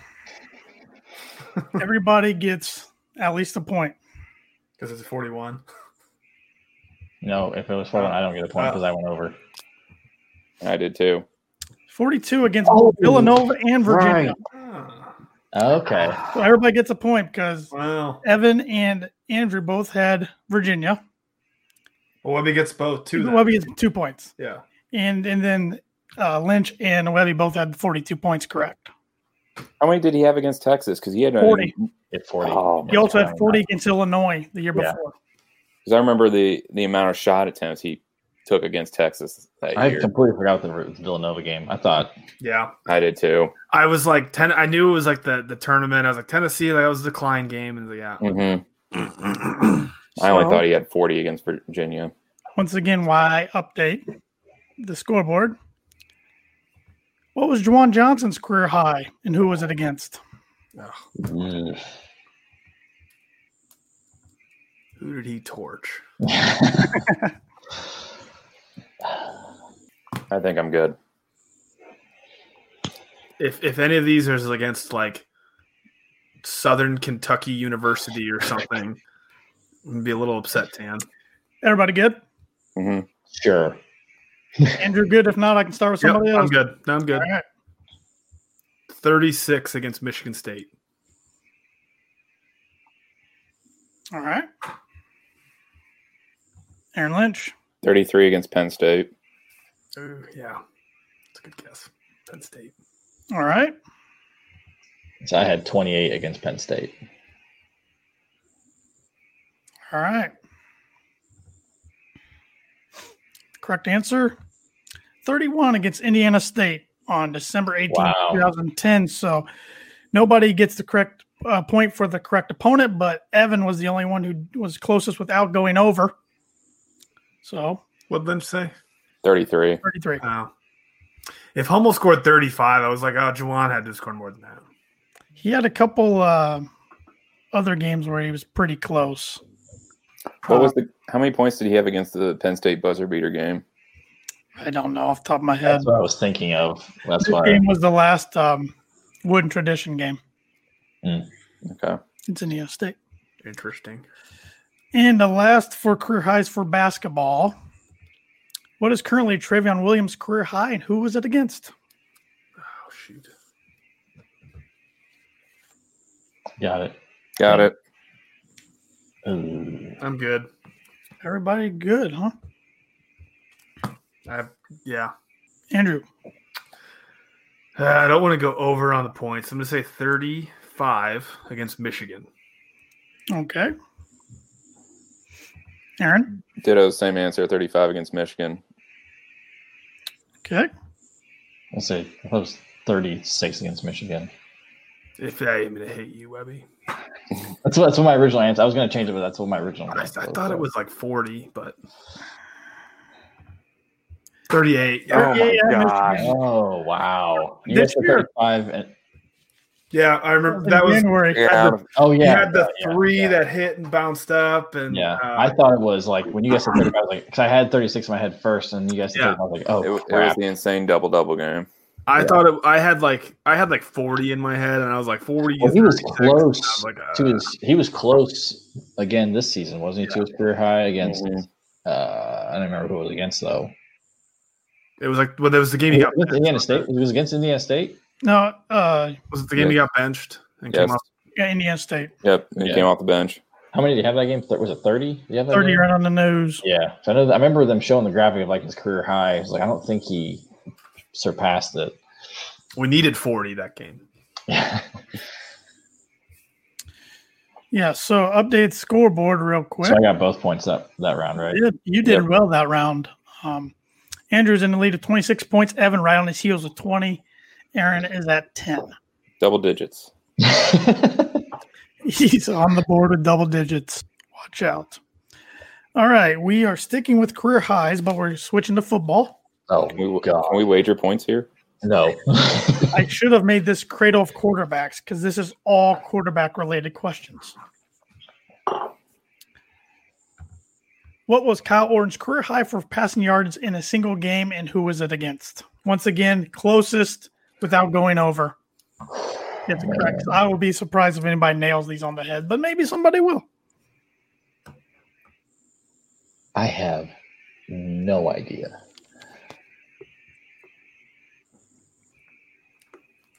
Everybody gets at least a point. Because it's forty-one. No, if it was 41, I don't get a Uh, point because I went over. I did too. 42 against both Villanova and Virginia. Ah. Okay. So everybody gets a point because Wow. Evan and Andrew both had Virginia. Well, Webby gets both too. then. Webby gets two points. Yeah. And and then uh, Lynch and Webby both had 42 points correct. How many did he have against Texas? Because he had 40. Hit 40. Oh, He also had Right. 40 against Illinois the year Yeah. before. Because I remember the the amount of shot attempts he took against Texas that I year. completely forgot the Vir- Villanova game. I thought Yeah. I did too. I was like ten. I knew it was like the the tournament. I was like Tennessee. That was the decline game, and yeah. hmm I only So- thought he had 40 against Virginia. Once again, why I update the scoreboard. What was Juwan Johnson's career high and who was it against? mm. Who did he torch? I think I'm good. If if any of these is against like Southern Kentucky University or something, I'd be a little upset, Tan. Everybody good? hmm sure. Andrew good. If not, I can start with Yep, somebody I'm else. good. No, I'm good. All right. Thirty-six against Michigan State. All right. Aaron Lynch. 33 against Penn State. Oh yeah, that's a good guess. Penn State. All right. So I had 28 against Penn State. All right. Correct answer 31 against Indiana State on December 18, Wow. 2010. So nobody gets the correct uh, point for the correct opponent, but Evan was the only one who was closest without going over. So What Lynch say? 33. 33. Oh. If Hummel scored 35, I was like, oh, Juwan had to score more than that. He had a couple uh, other games where he was pretty close. What was the? How many points did he have against the Penn State buzzer beater game? I don't know off the top of my head. That's what I was thinking of. That's This why. game was the last um, Wooden Tradition game. Okay, It's Indiana State. Interesting. And the last for career highs for basketball. What is currently Travion Williams' career high and who was it against? Oh, shoot. Got it. got it. Ooh. I'm good. Everybody good, huh? I Yeah. Andrew, Uh, I don't want to go over on the points. I'm going to say 35 against Michigan. okay. Aaron, Ditto, same answer. 35 against Michigan. okay. I'll say I thought it was 36 against Michigan. If I am going to hate you, Webby. That's what, that's what my original answer. I was going to change it, but that's what my original. I, I answer thought it was like 40, but 38. Yeah, yeah, Michigan. Oh wow! You This guys were year. 35 and Yeah, I remember that in was. January. Yeah. Oh yeah, You had the yeah, three yeah. that hit and bounced up, and Yeah, uh, I thought it was like when you guys said 35, I was like, because I had 36 in my head first, and you guys said Yeah. 35, I was like, It, oh, wa- it was crap. the insane double double game. I thought it, I had like I had like forty in my head, and I was like forty. Well, he was 36. close I was like, to uh, his, he was close again this season, wasn't he? To his career high against, Mhm. uh, I don't remember who it was against though. It was like well, there was the game he It got. was against Indiana State. It was against Indiana State. No, uh, Was it the game he got benched and Yes. came off? yeah, Indiana State. Yep, he Yeah. came off the bench. How many did you have that game? Thir- Was it 30? Did you have that 30 game? right on the nose. Yeah. So I know. I remember them showing the graphic of like his career high. I was like, I don't think he surpassed it. We needed forty that game. Yeah, so update scoreboard real quick. so I got both points that that round, right? You did, you did Yep. well that round. Um, Andrew's in the lead of 26 points. Evan right on his heels with 20. Aaron is at 10. Double digits. He's on the board with double digits. Watch out. All right, we are sticking with career highs, but we're switching to football. oh Can we, God, can we wager points here? no. I should have made this cradle of quarterbacks because this is all quarterback related questions. What was Kyle Orton's career high for passing yards in a single game, and who was it against? Once again, closest without going over. It's correct. I would be surprised if anybody nails these on the head, but maybe somebody will. I have no idea.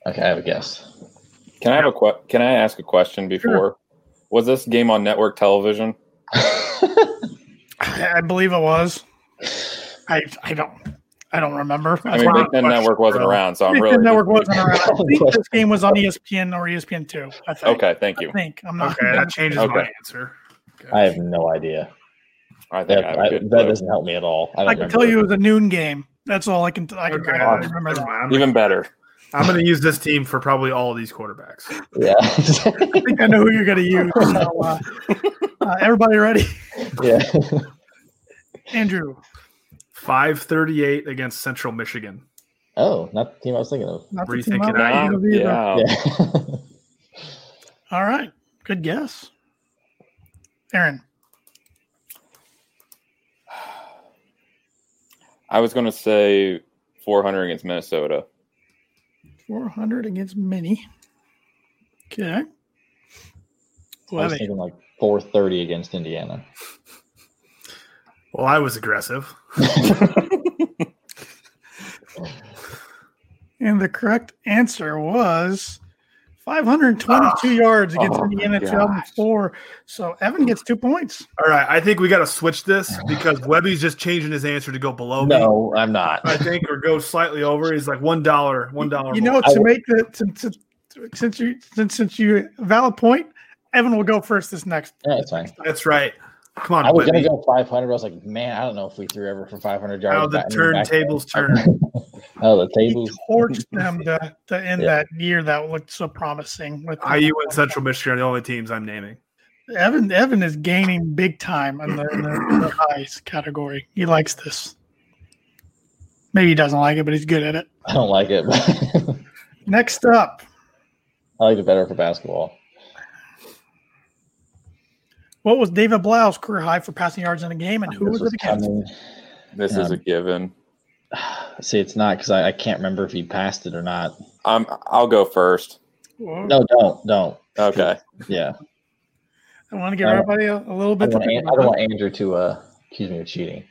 Okay, I have a guess. Can I have a que- Can I ask a question before? Was this game on network television? I I believe it was. I I don't I don't remember. I mean, Wow. Big Ten Network wasn't Bro. around, so I'm Big really Ten Network wasn't around. I Wrong think question. this game was on E ESPN or ESPN two. I think. okay. Thank you. I think I'm not. Okay, that changes my Okay. answer. I have no idea. I think That, I have I- a good that clue. doesn't help me at all. I, don't I can remember tell you it was a noon game. That's all I can. I can Okay, I uh, don't remember never that. mind. Even better. I'm going to use this team for probably all of these quarterbacks. I think I know who you're going to use. So, uh, uh, everybody ready? Yeah, yeah. Andrew, Five thirty-eight against Central Michigan. Oh, not the team I was thinking of. not the What do you team think I of was that? thinking of either. Yeah. Yeah. All right, good guess. Aaron, I was going to say 400 against Minnesota. 400 against Mini. Okay. I was Levy. thinking like 4:30 against Indiana. Well, I was aggressive. And the correct answer was 522 yards against oh my Indiana gosh. 2004. So Evan gets two points. All right, I think we got to switch this because Webby's just changing his answer to go below me. No, I'm not. I think, or go slightly over. He's like one dollar, one dollar. You know, I to will- make the to, to, since you since since you valid point, Evan will go first this next. Yeah, it's fine. that's right. Come on, I was Webby. gonna go 500. I was like, man, I don't know if we threw ever for 500 yards. Oh, How the back- turntables turn. Oh, the He tables. torched them to, to end Yeah. that year that looked so promising. With IU and Central Michigan are the only teams I'm naming. Evan Evan is gaining big time in the, in the, in the highs category. He likes this. Maybe he doesn't like it, but he's good at it. I don't like it. but Next up, I like it better for basketball. What was David Blau's career high for passing yards in a game, and who This was was it against? coming. This is a given. See, it's not because I, I can't remember if he passed it or not. I'm, I'll go first. Whoa. No, don't, don't. Okay. Yeah, I want to give I- everybody a, a little I bit. don't, To want, think An- I don't about. want Andrew to uh, accuse me of cheating.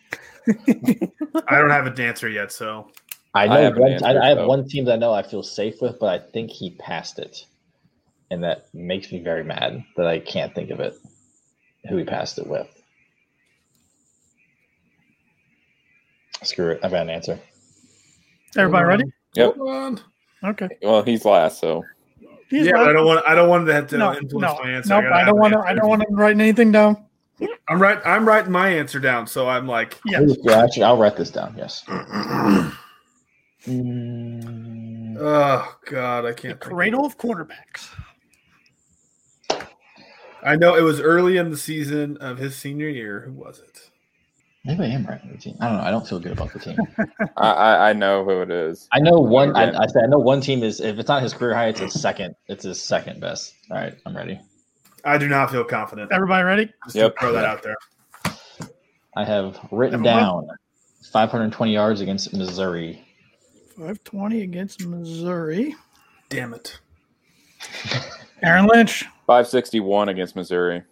I don't have a dancer yet, so I know I have an one, answer, I, I have so- one team that I know I feel safe with, but I think he passed it, and that makes me very mad that I can't think of it. Who he passed it with? Screw it. I've got an answer. Everybody ready? Yep. Hold on. Okay. Well, he's last, so He's Yeah, loud. but I don't want. I don't want that to no, influence no, my answer. nope, gotta I have don't an want to. answer. I don't want to write anything down. I'm right. I'm writing my answer down, so I'm like, Yeah. Yeah, actually, I'll write this down. Yes. oh god, I can't. think of it. Cradle of quarterbacks. I know it was early in the season of his senior year. Who was it? Maybe I am right on the team. I don't know. I don't feel good about the team. I, I, I know who it is. I know one. I, I said I know one team is if it's not his career high, it's his second. It's his second best. All right, I'm ready. I do not feel confident. Everybody ready? Just to Yep. throw that out there. I have written Number one. down 520 yards against Missouri. 520 against Missouri. Damn it. Aaron Lynch, 561 against Missouri.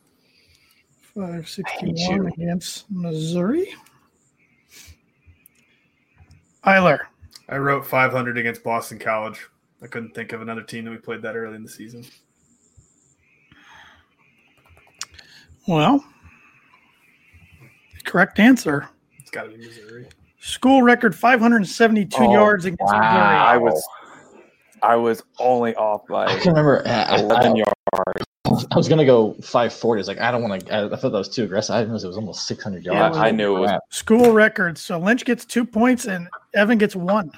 I hate you. 561 against Missouri. Eiler, I wrote 500 against Boston College. I couldn't think of another team that we played that early in the season. well, the correct answer. It's got to be Missouri. School record 572 Oh, yards against wow. I was I was only off I by can remember. I, I, 11 I, yards. I was gonna go 540. It's like I don't want to. I, I thought that was too aggressive. I didn't realize it was almost 600 Yeah, yards. I knew it was. Crap. Missouri. School record. So Lynch gets two points and Evan gets one.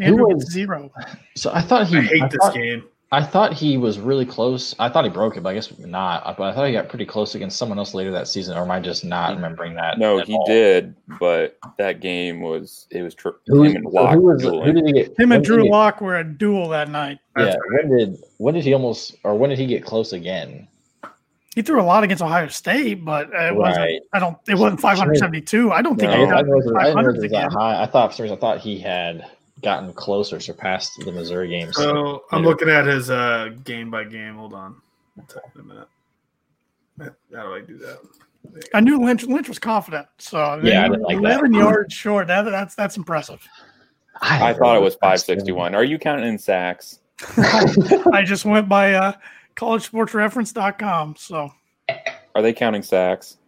Andrew was- gets zero. So I thought he. I hate I this thought- game. I thought he was really close. I thought he broke it, but I guess not. I- But I thought he got pretty close against someone else later that season. Or am I just not remembering that? No, at he all? did, but that game was it was tri- Who, him and Locke. who, was, dueling. who did he get? Him when and did Drew he- Locke were a duel that night. Yeah. When did when did he almost or when did he get close again? He threw a lot against Ohio State, but it Right. wasn't. I don't. It wasn't 572. I don't think No. he I, got didn't realize it- I didn't realize 500 it was again. that high. I thought for some reason I thought he had gotten closer, surpassed the Missouri game. So I'm looking at his uh, game by game. Hold on. I'll tell you in a minute. How do I do that? I knew Lynch. Lynch was confident. So Yeah, I didn't like that. eleven yards short. That, that's that's impressive. I thought it was 561. Are you counting in sacks? I just went by uh, collegesportsreference.com. So Are they counting sacks?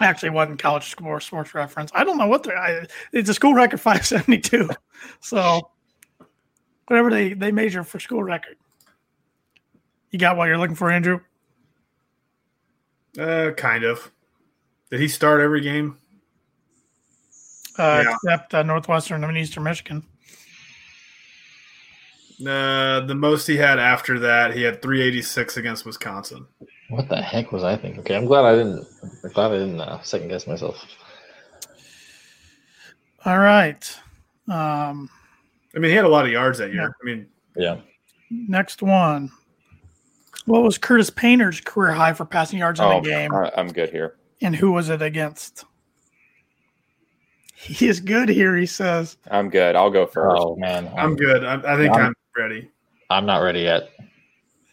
actually, it wasn't college score sports reference. I don't know what they're. I, it's a school record five seventy two. So whatever they they measure for school record. You got what you're looking for, Andrew. Uh, kind of. Did he start every game? Uh, Yeah. Except uh, Northwestern and Eastern Michigan. Uh, the most he had after that, he had 386 against Wisconsin. What the heck was I thinking? Okay, I'm glad I didn't. I'm glad I didn't uh, second guess myself. All right. Um, I mean, he had a lot of yards that year. Yeah. I mean, Yeah, next one. What was Curtis Painter's career high for passing yards in Oh, a game? I, I'm good here. And who was it against? He is good here, he says. I'm good. I'll go first. oh man, I'm, I'm I'm, good. I, I think Yeah. I'm ready. not ready yet.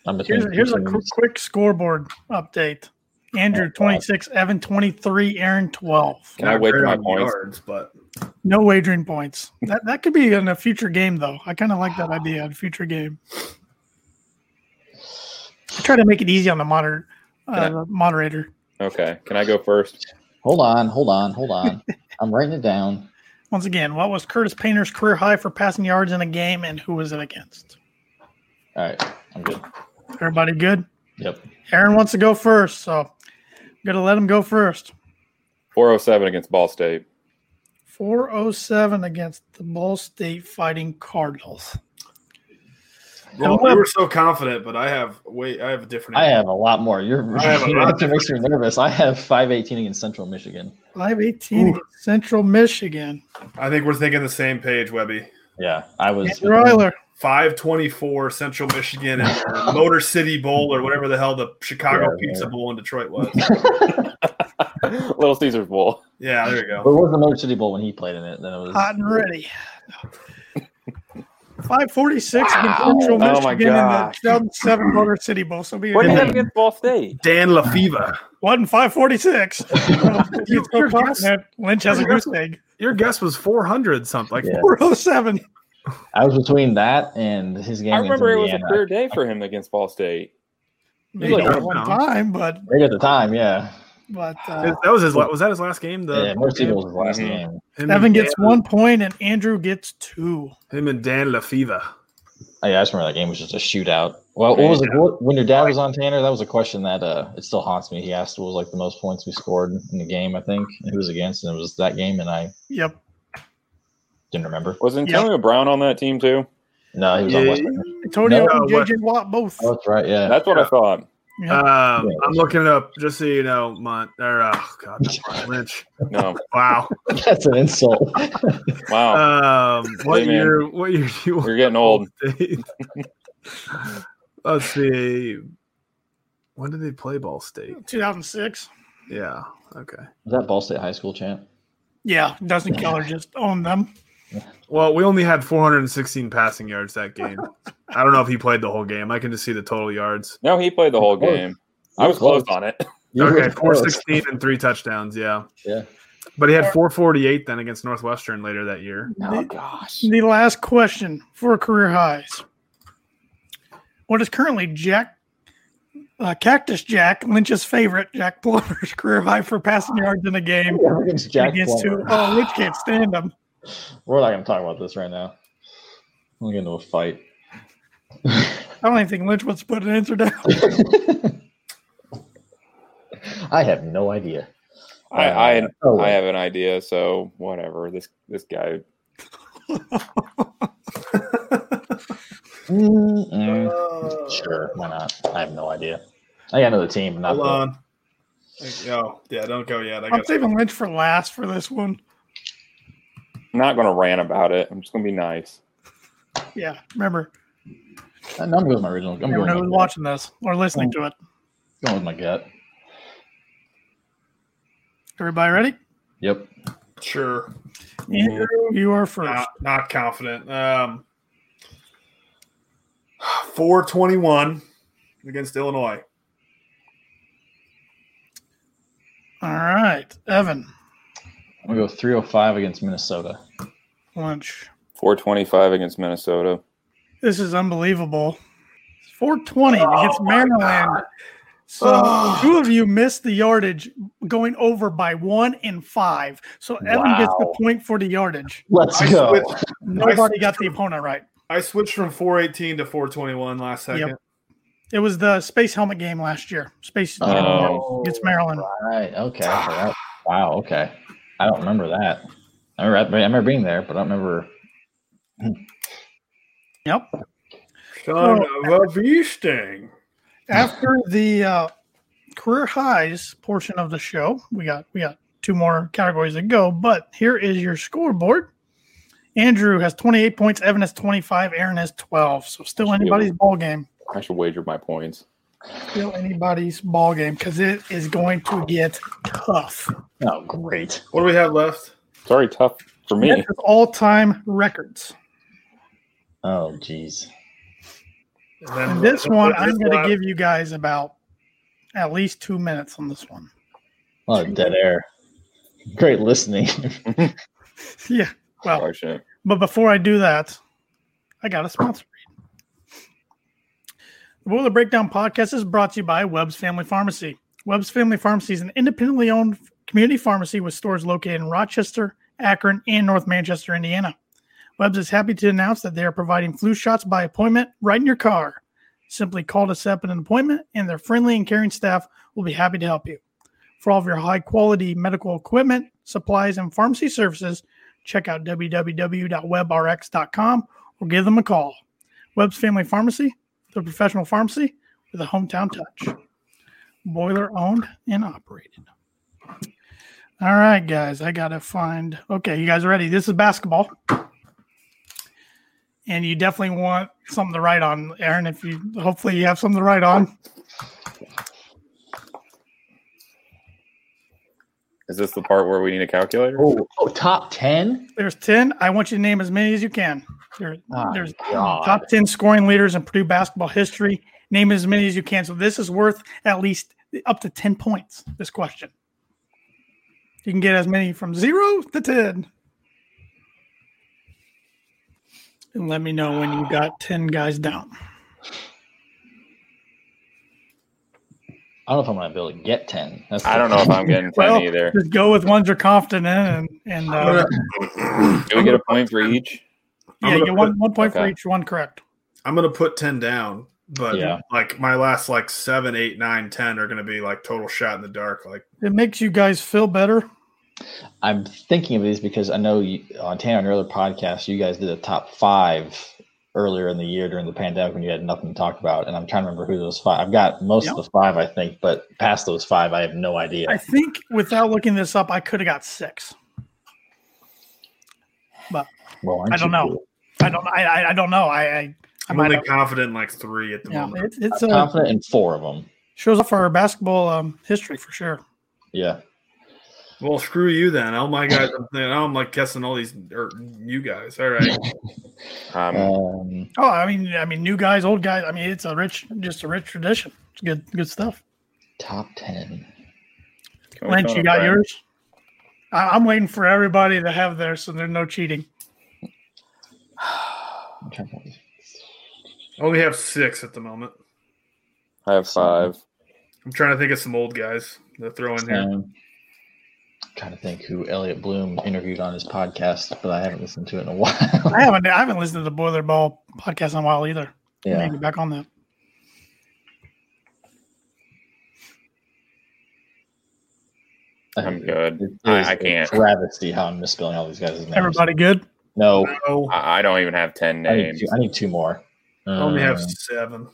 I'm between Here's, here's a two qu- teams. quick scoreboard update. Andrew 26, Evan 23, Aaron 12. Can I wait great for my on points? yards, but No wagering points. That that could be in a future game though. I kind of like that idea in a future game. I try to make it easy on the moder- uh, Yeah. the moderator. Okay. Can I go first? Hold on, hold on, hold on. I'm writing it down. Once again, what was Curtis Painter's career high for passing yards in a game, and who was it against? All right, I'm good. Everybody good? Yep. Aaron wants to go first, so I'm gonna let him go first. 407 against Ball State. 407 against the Ball State Fighting Cardinals. well, Well, we were so confident. But I have wait, I have a different. I have a lot more. You're, I have a you're lot. about to make me nervous. I have 518 against Central Michigan. 518 against Central Michigan. I think we're thinking the same page, Webby. Yeah, I was. Andrew Eiler. 524 Central Michigan and or Motor City Bowl or whatever the hell the Chicago Yeah, Pizza yeah. Bowl in Detroit was. Little Caesars Bowl. Yeah, there you But go. it was the Motor City Bowl when he played in it. Then it was. Uh, hot and ready. 546 against Wow. Central Oh my Michigan in the gosh. 2007 Motor City Bowl. So be What it did you have wasn't against Ball State? Dan LaFiva. 546. Your- He's your so guess- confident. Lynch has a goose egg. Your guess was 400 something. Like Yeah. 407. I was between that and his game. I remember it was against a Indiana. career day for him against Ball State. Maybe You at don't one know. time, but Right at the time, yeah. but uh, that was his. la- Was that his last game? The yeah, Motor City Bowl was his last Mhm. game. him Evan and gets Dan- one point and Andrew gets two. Him and Dan LaFiva. Oh, yeah, I just remember that game was just a shootout. Well, what was it, what, when your dad was on Tanner? That was a question that uh, it still haunts me. He asked what was like the most points we scored in the game, I think, and who was against, and it was that game, and I Yep. didn't remember. Was Antonio Brown on that team too? No, he was on West. Yeah. Virginia. Antonio No, and what- JJ Watt both. Oh, that's right. Yeah, That's what I thought. Yeah. Um, I'm looking it up just so you know, Mont or oh god, not Mont Lynch. No, Wow. That's an insult. wow, Um, what Hey, man. year? What year do you want? you're getting old. State? Let's see. When did they play Ball State? 2006. Yeah. Okay. Was that Ball State High School champ? Yeah, Dustin Keller just owned them. Well, we only had 416 passing yards that game. I don't know if he played the whole game. I can just see the total yards. No, he played the whole Close. game. I was close on it. You were Okay, close. 416 and three touchdowns. Yeah. Yeah. But he had 448 then against Northwestern later that year. Oh gosh, The last question for career highs. What is currently Jack uh, Cactus Jack Lynch's favorite Jack Plummer's career high for passing yards in a game Against Jack against two? Plummer. Oh, Lynch can't stand him. We're not going to talk about this right now. We'll get into a fight. I don't even think Lynch wants to put an answer down. I have no idea. I, I, oh, I have an idea. So whatever. This, this guy. mm, mm, Oh. sure, why not? I have no idea. I got another team, but not Hold the- on. Oh, yeah, don't Uh, go yet. I I'm got saving Lynch for last for this one. I'm not going to rant about it. I'm just going to be nice. Yeah, remember, I'm going Uh, with my original. I'm going everyone with who's my, watching this or listening to it. going with my gut. Everybody ready? Yep. sure. Andrew, you are first. Not, not confident. Um, 421 against Illinois. All right, Evan I'm going to go 305 against Minnesota. Lynch. 425 against Minnesota. This is unbelievable. 420 Oh, against my Maryland. So Oh. two of you missed the yardage going over by one and five. So Evan gets the Wow. point for the yardage. Let's I go. switched, Nobody got the opponent right. I switched from 418 to 421 last second. Yep. It was the space helmet game last year. Space Oh. helmet against Maryland. Right. Okay. I forgot. Wow. Okay. I don't remember that. I remember, I remember being there, but I don't remember. Yep. Son Oh. of a bee sting. after the uh, career highs portion of the show, we got we got two more categories to go. But here is your scoreboard. Andrew has 28 points. Evan has 25. Aaron has 12. So still anybody's ball game. I should wager my points. Still anybody's ball game because it is going to get tough. Oh, great. What do we have left? It's already tough for me. That's all time records. Oh, jeez. And then- And this one, this I'm going one- to give you guys about at least two minutes on this one. A lot of Oh, dead air. Great listening. Yeah. Well, Oh, shit. But before I do that, I got a sponsor. The Boiler Breakdown podcast is brought to you by Webb's Family Pharmacy. Webb's Family Pharmacy is an independently owned community pharmacy with stores located in Rochester, Akron, and North Manchester, Indiana. Webb's is happy to announce that they are providing flu shots by appointment right in your car. Simply call to set up an appointment, and their friendly and caring staff will be happy to help you. For all of your high quality medical equipment, supplies, and pharmacy services, check out www.webrx.com or give them a call. Webb's Family Pharmacy, the professional pharmacy with a hometown touch. Boiler owned and operated. All right, guys, I got to find. Okay, you guys ready? This is basketball. And you definitely want something to write on, Aaron. If you hopefully you have something to write on. Is this the part where we need a calculator? Oh, oh top 10? There's 10. I want you to name as many as you can. There, Oh, there's God. top 10 scoring leaders in Purdue basketball history. Name as many as you can. So this is worth at least up to 10 points, this question. You can get as many from zero to 10. And let me know when you got 10 guys down. I don't know if I'm going to be able to get 10. That's I don't know if I'm getting 10 Well, either. just go with ones you're confident in. And, and uh, Do we get a point for each? yeah, I'm gonna you get one, one point for okay. each one correct. I'm gonna put ten down, but Yeah. like my last like seven, eight, nine, ten are gonna be like total shot in the dark. Like It makes you guys feel better. I'm thinking of these because I know you, on Tanner on your other podcast, you guys did a top five earlier in the year during the pandemic when you had nothing to talk about. And I'm trying to remember who those five. I've got most Yep. of the five, I think, but past those five, I have no idea. I think without looking this up, I could have got six. well, aren't I don't you know. cool? I don't. I. I, I don't know. I. I, I I'm might. only Have, confident in like three at the yeah, moment. it's it's I'm uh, confident in four of them. shows up for our basketball um, history for sure. Yeah. Well, screw you then. Oh my god, I'm, thinking- I'm like guessing all these or you guys. All right, Um, Um, Oh, I mean, I mean, new guys, old guys. I mean, it's a rich, just a rich tradition. It's good, good stuff. top 10. can we Lynch, phone you a got friend? yours. I, I'm waiting for everybody to have theirs, so there's no cheating. I'm trying to- I only have six at the moment. I have five. I'm trying to think of some old guys to throw in here. Um, trying to think who Elliot Bloom interviewed on his podcast, but I haven't listened to it in a while. I haven't, I haven't listened to the Boiler Ball podcast in a while either. yeah. Maybe back on that. I'm good. It is I- I a can't. Travesty how I'm misspelling all these guys' names. Everybody good? No, No, I I, I don't even have ten I need names. two, I need two more. only have Um, seven.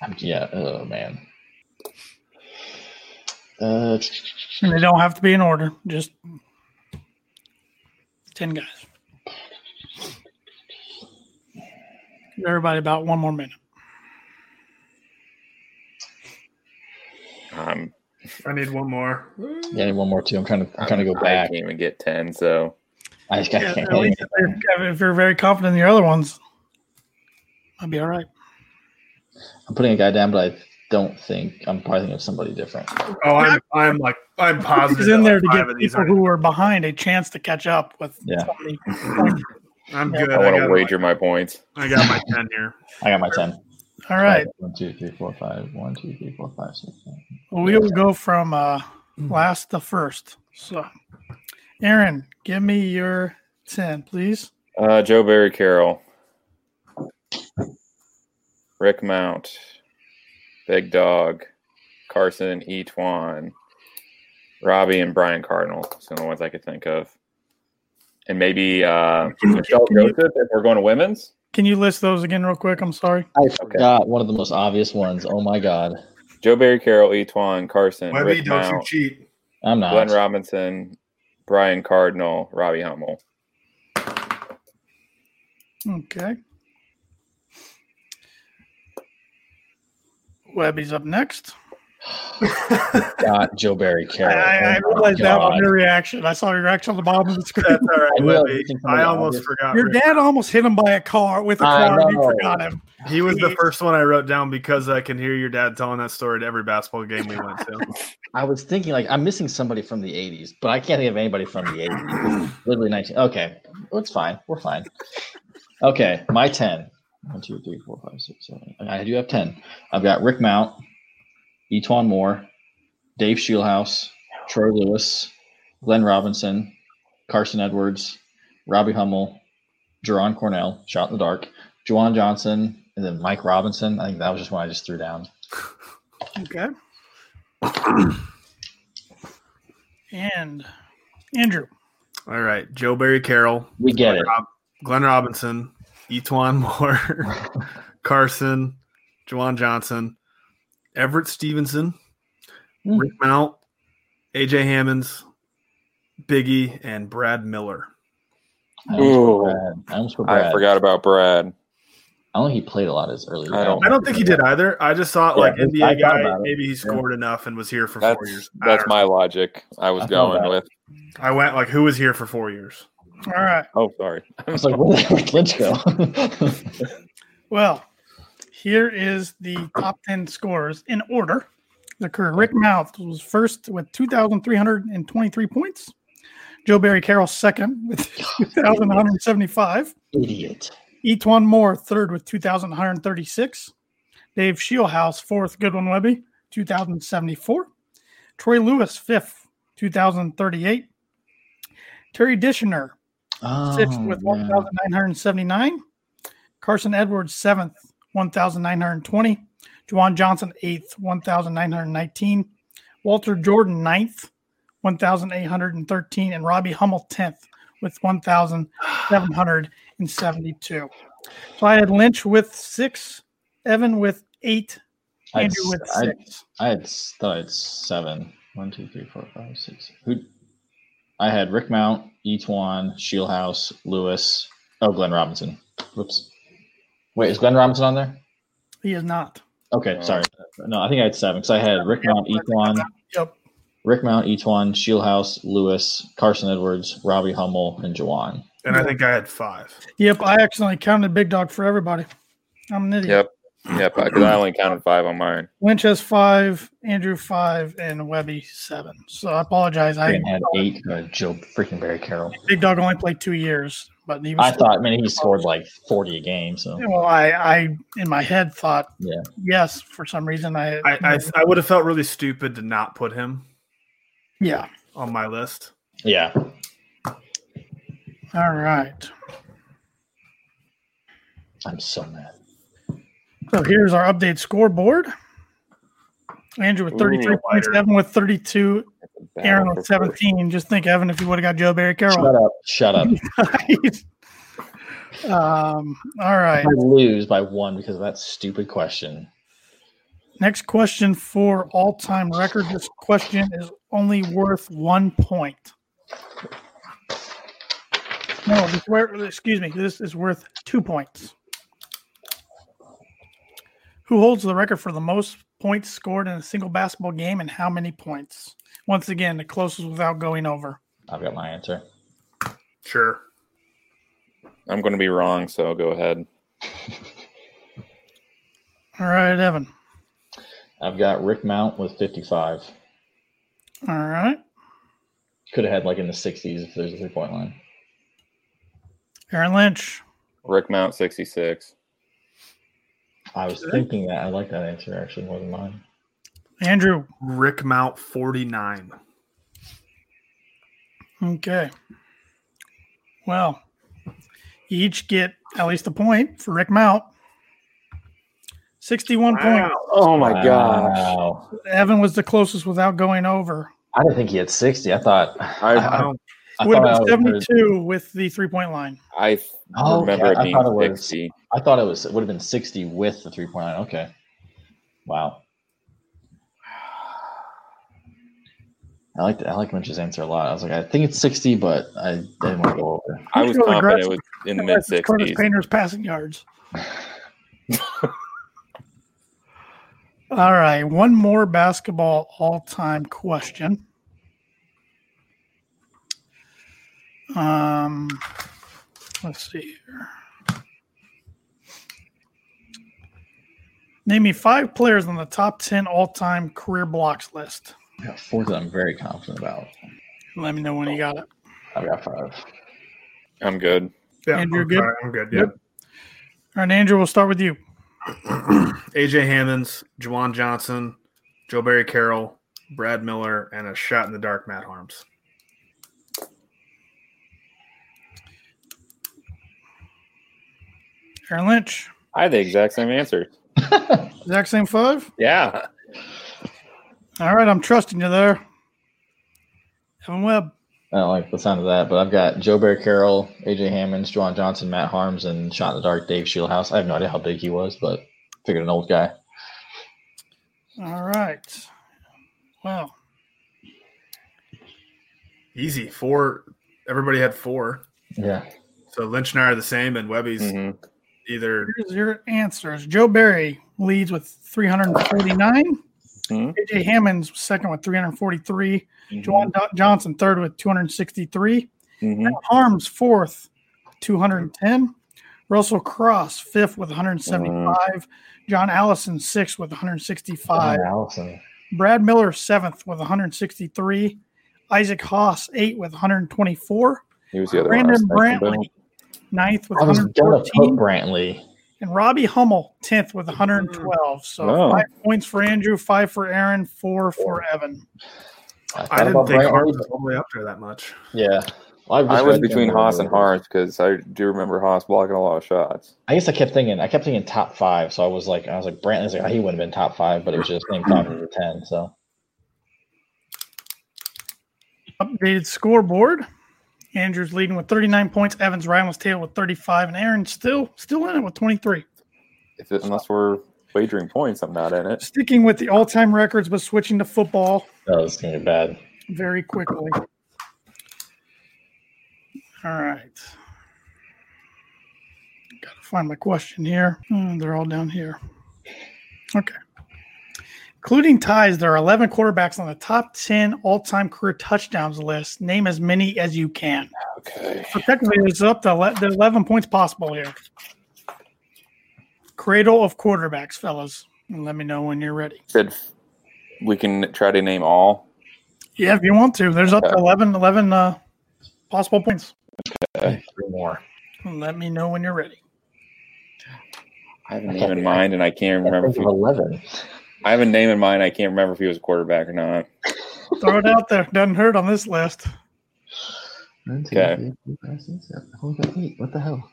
I'm- yeah. Oh man. Uh, And they don't have to be in order. Just ten guys. Give everybody about one more minute. Um, I need one more. yeah, I need one more too. I'm trying to. I'm I'm- trying to go I back. can't even get ten. So I, just- I Yeah, can't. at least if you're, if you're very confident in your other ones, I'd be all right. I'm putting a guy down, but I don't think I'm probably thinking of somebody different. Oh, I'm I'm like I'm positive. He's in there to like give five of these people are- who are behind a chance to catch up with Yeah. somebody. I'm Yeah. good. I want to got wager my points. My, I got my ten here. I got my ten. All right. One, two, three, four, five. One, two, three, four, five, six, seven. Well, we will go from uh, last to first. So, Aaron, give me your 10, please. Uh, Joe Barry Carroll, Rick Mount, Big Dog, Carson E. Twan, Robbie and Brian Cardinal. Some of the ones I could think of, and maybe uh, Michelle Joseph if we're going to women's. Can you list those again, real quick? I'm sorry. I forgot one of the most obvious ones. Oh my god, Joe Barry Carroll, E. Twan, Carson, Webby, Rick don't you Mount, cheat? I'm not. Glenn Robinson, Brian Cardinal, Robbie Hummel. Okay. Webby's up next. Got Joe Barry I, Carroll. I I Oh my realized that God. on your reaction. I saw your reaction on the bottom of the screen. That's all right, I will. Webby. I almost forgot. Your Rick. dad almost hit him by a car with a I car. and You know. forgot him. He was the first one I wrote down because I can hear your dad telling that story to every basketball game we went to. I was thinking like I'm missing somebody from the '80s, but I can't think of anybody from the '80s. Literally 19. Okay, well, it's fine. We're fine. Okay, my ten. One, two, three, four, five, six, seven. eight. I do have ten. I've got Rick Mount, Etwan Moore, Dave Shielhouse, Troy Lewis, Glenn Robinson, Carson Edwards, Robbie Hummel, Jerron Cornell, shot in the dark, Juwan Johnson, and then Mike Robinson. I think that was just one I just threw down. Okay. and Andrew. All right, Joe Barry Carroll, We get it. Rob, Glenn Robinson, Etwan Moore, Carson, Jawan Johnson, Everett Stevenson, Hmm. Rick Mount, AJ Hammonds, Biggie, and Brad Miller. I almost put Ooh. Brad- I almost put I Brad. forgot about Brad. I don't think he played a lot as early. I don't- I don't think he did either. I just thought Yeah, like I thought NBA guy, about it. maybe he scored enough and was here for four That's years. I that's don't my logic. I was I feel going that. with. know. I went like who was here for four years. All right. Oh, sorry. I was like, where the heck did Lynch go? Well, here is the top 10 scores in order. The career Rick Mouth was first with 2,323 points. Joe Barry Carroll second with 2,175. Idiot. Etwan Moore third with 2,136. Dave Shieldhouse fourth. Goodwin Webby 2,074. Troy Lewis fifth 2,038. Terry Dishner Oh, sixth with man. 1,979. Carson Edwards, seventh, 1,920. Juwan Johnson, eighth, 1,919. Walter Jordan, ninth, 1,813. And Robbie Hummel, 10th, with 1,772. So I had Lynch with six, Evan with eight, I had, Andrew with I, had- six. I had thought I had seven. One, two, three, four, five, six. Who? I had Rick Mount, Etwan, Shieldhouse, Lewis. Oh, Glenn Robinson. Whoops. Wait, is Glenn Robinson on there? He is not. Okay, Oh. sorry. No, I think I had seven because I had Rick Mount, Etwan, Yep. Rick Mount, Etwan, Shieldhouse, Lewis, Carson Edwards, Robbie Hummel, and Jawan. And I think I had five. Yep. I accidentally counted Big Dog for everybody. I'm an idiot. Yep. Yep. Because I only counted five on mine. Lynch has five, Andrew five, and Webby seven. So I apologize. I Grant had eight. Uh, Joe freaking Barry Carroll. Big Dog only played two years, but he was. I thought, man, he scored like forty a game. So Well, I, I in my head thought, Yeah. yes, for some reason I, I I, I would have felt really stupid to not put him yeah. on my list. yeah, All right. I'm so mad. So here's our update scoreboard. Andrew with Ooh, 33 points, lighter. Evan with 32, Bad Aaron for- with 17. Just think, Evan, if you would have got Joe Barry Shut Carroll. up! Shut up! If um, all right. I lose by one because of that stupid question. Next question for all time record. This question is only worth one point. No, this where, excuse me. This is worth two points. Who holds the record for the most points scored in a single basketball game and how many points? Once again, the closest without going over. I've got my answer. Sure. I'm going to be wrong, so go ahead. All right, Evan. I've got Rick Mount with 55. All right, Could have had like in the 60s if there's a three point line. Aaron Lynch. Rick Mount, 66. I was Okay. thinking that. I like that answer actually more than mine. Andrew. Rick Mount forty nine. Okay. Well, you each get at least a point for Rick Mount. 61 points. Oh my gosh. Wow. Evan was the closest without going over. I didn't think he had 60. I thought. I, I I, don't I Would thought I have been always heard- 72 with the three point line. I f- Oh, okay. remember it I being thought it was- 60. I thought it was it would have been 60 with the three point line. Okay. Wow. I like I like Mitch's answer a lot. I was like, I think it's 60, but I didn't want to go over. I was Really confident aggressive. it was in the mid That's Curtis 60s. Painter's passing yards. All right. One more basketball all time question. Um, let's see here. Name me five players on the top 10 all time career blocks list. I got four that I'm very confident about. Let me know when you got it. I've got five. I'm good. yeah, Andrew, I'm, good? sorry, I'm good. Yeah. All right, Andrew, we'll start with you. AJ Hammonds, Juwan Johnson, Joe Barry Carroll, Brad Miller, and a shot in the dark, Matt Harms. Aaron Lynch. I had the exact same answer. Exact same five? Yeah. All right, I'm trusting you there. Evan Webb. I don't like the sound of that, but I've got Joe Bear Carroll, AJ Hammonds, Juwan Johnson, Matt Harms, and Shot in the Dark, Dave Shieldhouse. I have no idea how big he was, but figured an old guy. All right. Wow. Easy. Four. Everybody had four. Yeah. So Lynch and I are the same, and Webby's Mhm. either Here's your answers. Joe Barry leads with 349. Mhm. AJ Hammond's second with 343. Juwan Do- Johnson third with 263. Mhm. Harms fourth, 210. Russell Cross fifth with 175. John Allison sixth with 165. John Allison. Brad Miller seventh with 163. Isaac Haas eight with 124. He was the other Brandon one. I was thinking Brantley ninth with I was gonna put 114. Brantley. And Robbie Hummel tenth with 112. So Wow. five points for Andrew, five for Aaron, four for Evan. thought I didn't about think Brantley. Harms was all the way up there that much. Yeah. Well, I've about. I just was read between them. Haas and Harms because I do remember Haas blocking a lot of shots. I guess I kept thinking. I kept thinking top five. So I was like, I was like, Brantley's like, oh, he wouldn't have been top five, but it was just named five under Mm-hmm. ten. So Updated scoreboard. Andrews leading with 39 points. Evans Ryan was tail with 35, and Aaron still still in it with 23. If it, unless we're wagering points, I'm not in it. Sticking with the all-time records, but switching to football Oh, it's gonna be bad. very quickly. All right. Got to find my question here. Hmm, they're all down here. Okay. Including ties, there are 11 quarterbacks on the top 10 all time career touchdowns list. Name as many as you can. Okay. So technically, it's up to ele- the 11 points possible here. Cradle of quarterbacks, fellas. And Let me know when you're ready. Said f- we can try to name all. Yeah, if you want to. There's up to Okay. 11, 11 uh, possible points. Three more. Let me know when you're ready. I have a name in mind, and I can't remember. If he, Eleven. I have a name in mind. I can't remember if he was a quarterback or not. Throw it out there. Doesn't hurt on this list. Okay. What the hell?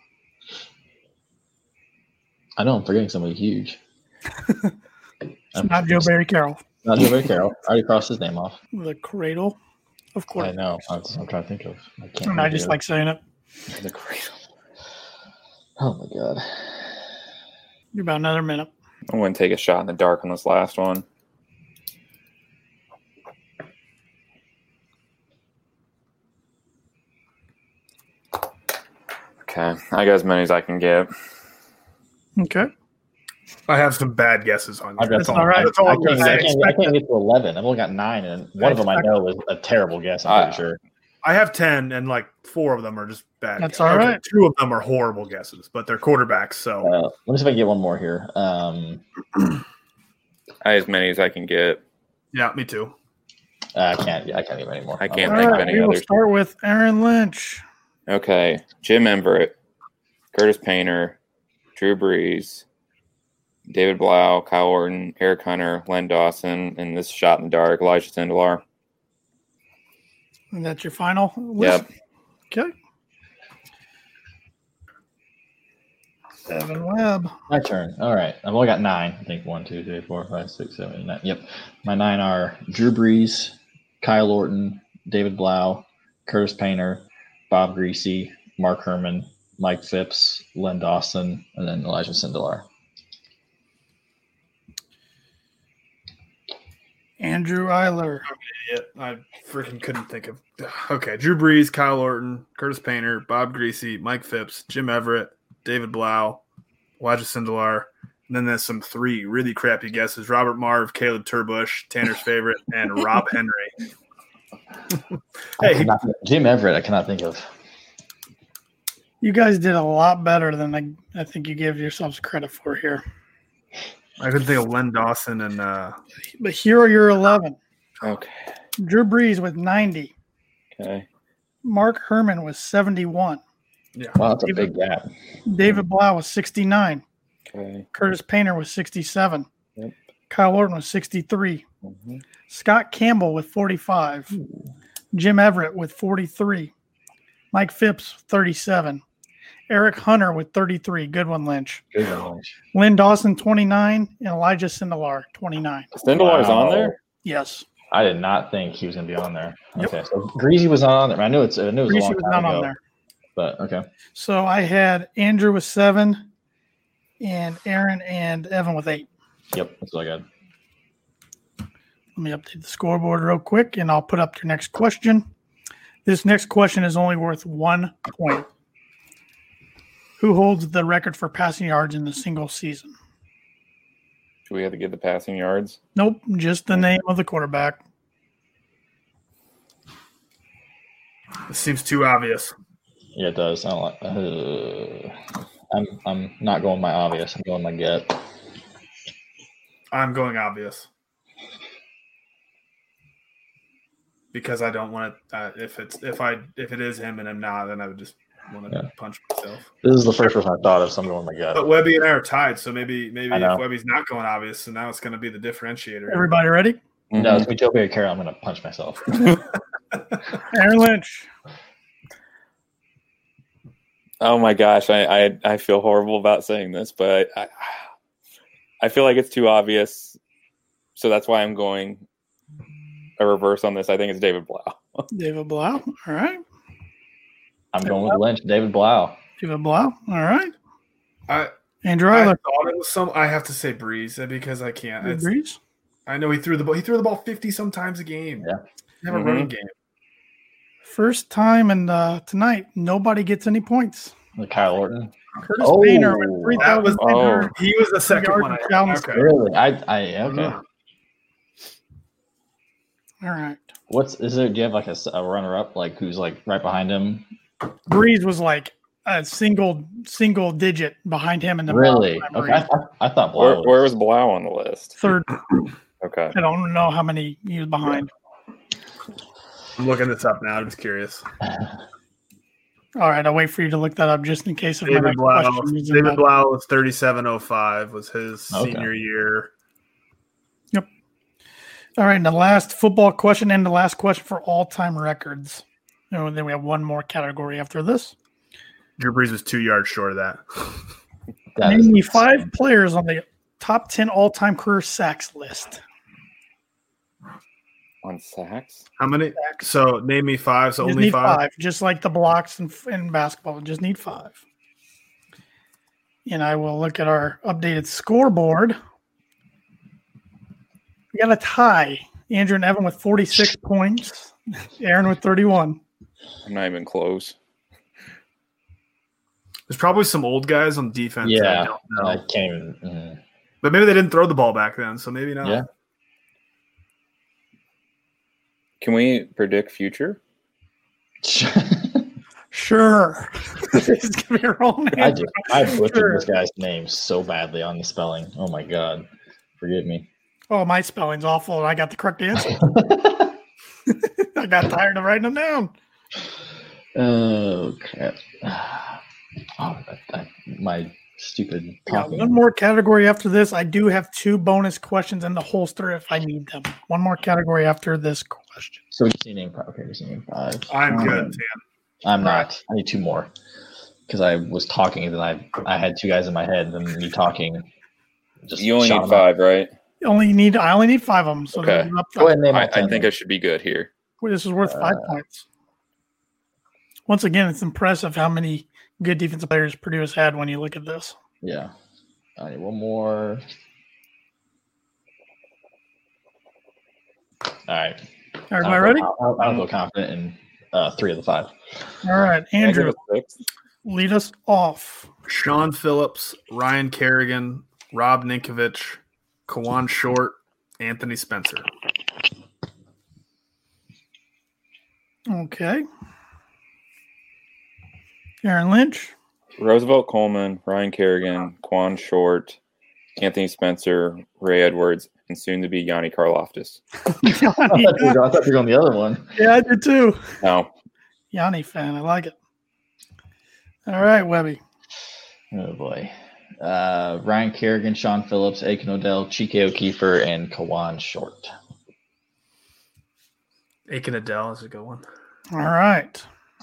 I know I'm forgetting somebody huge. It's not Joe Barry Carroll. Not Joe Barry Carroll. I already crossed his name off. The cradle of I course. know. That's what I'm trying to think of. I can't. And I think just of it. like saying it. The cradle. Oh my god. Give about another minute. I'm going to take a shot in the dark on this last one. Okay, I got as many as I can get. Okay. I have some bad guesses on I've you. got That's some- all right. That's all I I'm can't, gonna I, say. can't, I can't get to eleven. I've only got nine, and one of them I know is a terrible guess. I'm pretty sure. I have ten, and like four of them are just bad. That's guesses. all Okay, right. Two of them are horrible guesses, but they're quarterbacks. So Uh, let me see if I can get one more here. Um, I had as many as I can get. yeah, me too. I can't. I can't even anymore. I can't All think of right. any We will others. start with Aaron Lynch. Okay, Jim Everett, Curtis Painter, Drew Brees, David Blau, Kyle Orton, Eric Hunter, Len Dawson, and this shot in the dark, Elijah Sindelar. And that's your final list. Yep. Okay. Seven Webb. My turn. All right. I've only got nine. I think one, two, three, four, five, six, seven, eight, nine. Yep. My nine are Drew Brees, Kyle Orton, David Blau, Curtis Painter, Bob Greasy, Mark Herman, Mike Phipps, Len Dawson, and then Elijah Sindelar. Andrew Eiler. Idiot. I freaking couldn't think of. Okay, Drew Brees, Kyle Orton, Curtis Painter, Bob Greasy, Mike Phipps, Jim Everett, David Blau, Elijah Sindelar. And then there's some three really crappy guesses: Robert Marv, Caleb Turbush, Tanner's favorite, and Rob Henry. I hey, cannot- Jim Everett, I cannot think of. You guys did a lot better than I, I think you gave yourselves credit for here. I couldn't think of Len Dawson and uh, But here are your 11. Okay. Drew Brees with 90. Okay. Mark Herman was 71. Wow, that's a big gap. David Blau was 69. Okay. Curtis Painter was 67. Yep. Kyle Orton was 63. Mm-hmm. Mhm. Scott Campbell with 45. Jim Everett with 43. Mike Phipps, 37. Eric Hunter with 33. Good one, Lynch. Good one. Lynn Dawson, 29. And Elijah Sindelar, 29. Sindelar's Wow. on there? Yes. I did not think he was going to be on there. Yep. Okay, so Greasy was on there. I knew it's. I knew it was a Greasy long was time not ago, on there. but okay. So I had Andrew with seven and Aaron and Evan with eight. Yep, that's all I got. Let me update the scoreboard real quick and I'll put up your next question. This next question is only worth one point. Who holds the record for passing yards in a single season? Do we have to get the passing yards? Nope, just the name of the quarterback. this seems too obvious. Yeah, it does. I don't like. Uh, I'm I'm not going my obvious. I'm going my gut. I'm going obvious because I don't want to. Uh, if it's if I if it is him and I'm not, then I would just want to Yeah. punch myself. This is the first person I thought of, so I'm going my But Oh. gut. Webby and I are tied, so maybe maybe I know. if Webby's not going obvious, so now it's going to be the differentiator. Everybody ready? No, Mhm. it's Utopia Carol. I'm going to punch myself. Aaron Lynch. Oh my gosh, I, I I feel horrible about saying this, but I I feel like it's too obvious, so that's why I'm going a reverse on this. I think it's David Blau. David Blau. All right. I'm going with Lynch, David Blau. David Blau. All right. I, Andrew I Eiler. thought it was some. I have to say Breeze uh, because I can't. It's- Agrees. I know he threw the ball. He threw the ball fifty sometimes a game. Yeah. Mm-hmm. They have a Mhm. running game. First time and uh, tonight, nobody gets any points. With Kyle Orton. Curtis Oh. Painter with three That was- thousand. Oh. He was the second Yards one. I and downs. okay. Really? I, I okay. All right. What's is there? Do you have like a, s- a runner up like who's like right behind him? Breeze was like a single single digit behind him in the Really? I'm Okay. I, reading. thought- I thought Where, Blau. where Was, was Blau on the list? third. Okay. I don't know how many he was behind. I'm looking this up now. I'm just curious. All right, I'll wait for you to look that up just in case. If my David next Blau. question is David involved. Blau was 3705 was his Okay. senior year. All right, and the last football question and the last question for all time records. Oh, And then we have one more category after this. Drew Brees was two yards short of that. that Name is me insane. five players on the top 10 all time career sacks list. On sacks? How many? So name me five. So just only need five. five. just like the blocks in, in basketball. Just need five. And I will look at our updated scoreboard. We got a tie. Andrew and Evan with 46 points, Aaron with 31. I'm not even close. There's probably some old guys on defense. that Yeah. I don't know. Oh. I can't even. mm. But maybe they didn't throw the ball back then, so maybe not. Yeah. Can we predict future? mm. Sure. it's going to be a wrong I answer. just I butchered Sure. this guy's name so badly on the spelling. Oh my god, forgive me. Oh, my spelling's awful, and I got the correct answer. I got tired of writing them down. Oh crap! Oh, I, I, my stupid I got talking. one more category after this. I do have two bonus questions in the holster if I need them. One more category after this question. So we just need name five. Okay, we just need name five. I'm Um, good. I'm not. I need two more because I was talking and then I I had two guys in my head. Then you talking. Just You only shot need them out. five, right? Only need I only need five of them. So Okay. they're up Go ahead and name I, all I ten think I then. should be good here. this is worth five Uh, points. Once again, it's impressive how many good defensive players Purdue has had when you look at this. yeah. I need one more. All right. All right, I am I don't ready? feel- I don't, I don't feel confident in uh, three of the five. All right, Can I give Andrew, a six? lead us off. Sean Phillips, Ryan Kerrigan, Rob Ninkovich, Kawan Short, Anthony Spencer. Okay. Aaron Lynch. Roosevelt Coleman, Ryan Kerrigan, Quan Short, Anthony Spencer, Ray Edwards, and soon to be Yanni Karloftis. I thought, you were, I thought you were on the other one. yeah, I did too. No, Yanni fan. I like it. All right, Webby. Oh boy. Uh, Ryan Kerrigan, Sean Phillips, Aiken Odell, Chike O'Keefer, and Kawan Short. Aiken Adele is a good one. All right.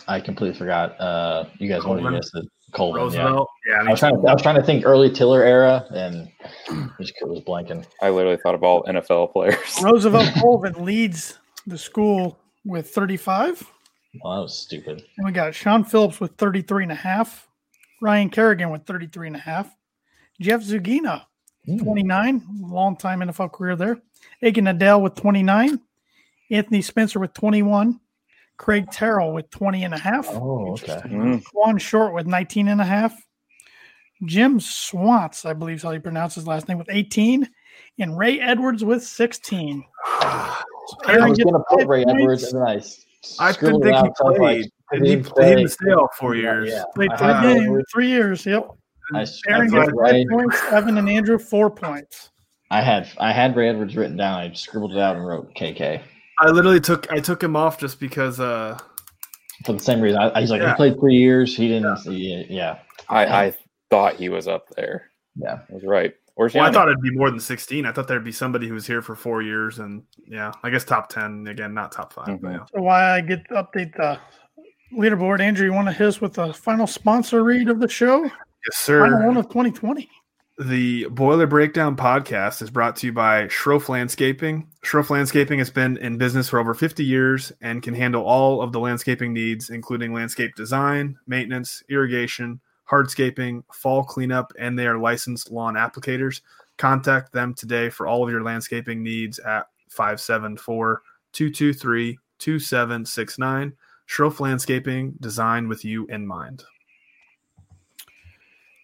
I completely forgot. Uh, you guys wanted to Coleman. guess it. Colvin, Oh, yeah. Roosevelt. Yeah. I I mean, was, trying to, I was trying to think early Tiller era, and it was, it was blanking. I literally thought of all NFL players. Roosevelt Colvin leads the school with 35. Well, Oh, that was stupid. And we got Sean Phillips with 33 and a half. Ryan Kerrigan with 33 and a half. Jeff Zugina, Hmm. 29, long time NFL career there. Aiken Adele with 29. Anthony Spencer with 21. Craig Terrell with 20 and a half. Oh, okay. Mm, Juan Short with 19 and a half. Jim Swatz, I believe is how you pronounce his last name, with 18. And Ray Edwards with 16. I Aaron was gets going to put five Ray points. Edwards, and then I s- I didn't scribbled it think out, he so I was like, played. I And he, didn't he play. did stay all four years. Yeah, Played I three had games, Edwards. three years. Yep. I, s- I Aaron put got Ray- five points. Evan and Andrew four points. I had I had Ray Edwards written down. I scribbled it out and wrote KK I literally took I took him off just because uh for the same reason. I, I was like, Yeah. he played three years. He didn't. Yeah, yeah. I, I thought he was up there. yeah. I was right. Where's well, I Yanni? thought it'd be more than 16. I thought there'd be somebody who was here for 4 years and yeah, I guess top 10 again, not top 5. But Mhm. yeah. So why I get to update the leaderboard. Andrew, you want to hit us with the final sponsor read of the show? Yes, Final sir. one of 2020. The Boiler Breakdown podcast is brought to you by Schroff Landscaping. Schroff Landscaping has been in business for over 50 years and can handle all of the landscaping needs, including landscape design, maintenance, irrigation, hardscaping, fall cleanup, and they are licensed lawn applicators. Contact them today for all of your landscaping needs at 574 223 2769. Schroff Landscaping, designed with you in mind.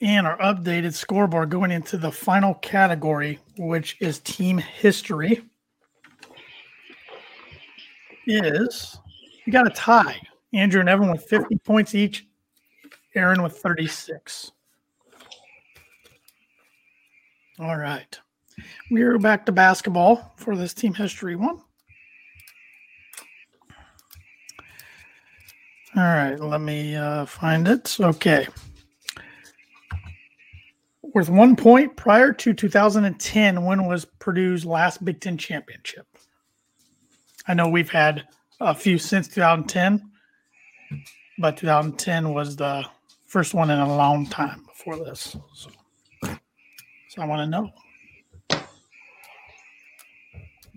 And our updated scoreboard going into the final category, which is team history, is you got a tie. Andrew and Evan with 50 points each, Aaron with 36. All right. We're back to basketball for this team history one. All right, let me uh, find it. Okay. Worth one point prior to 2010, when was Purdue's last Big Ten championship? I know we've had a few since 2010, but 2010 was the first one in a long time before this. So, so I want to know.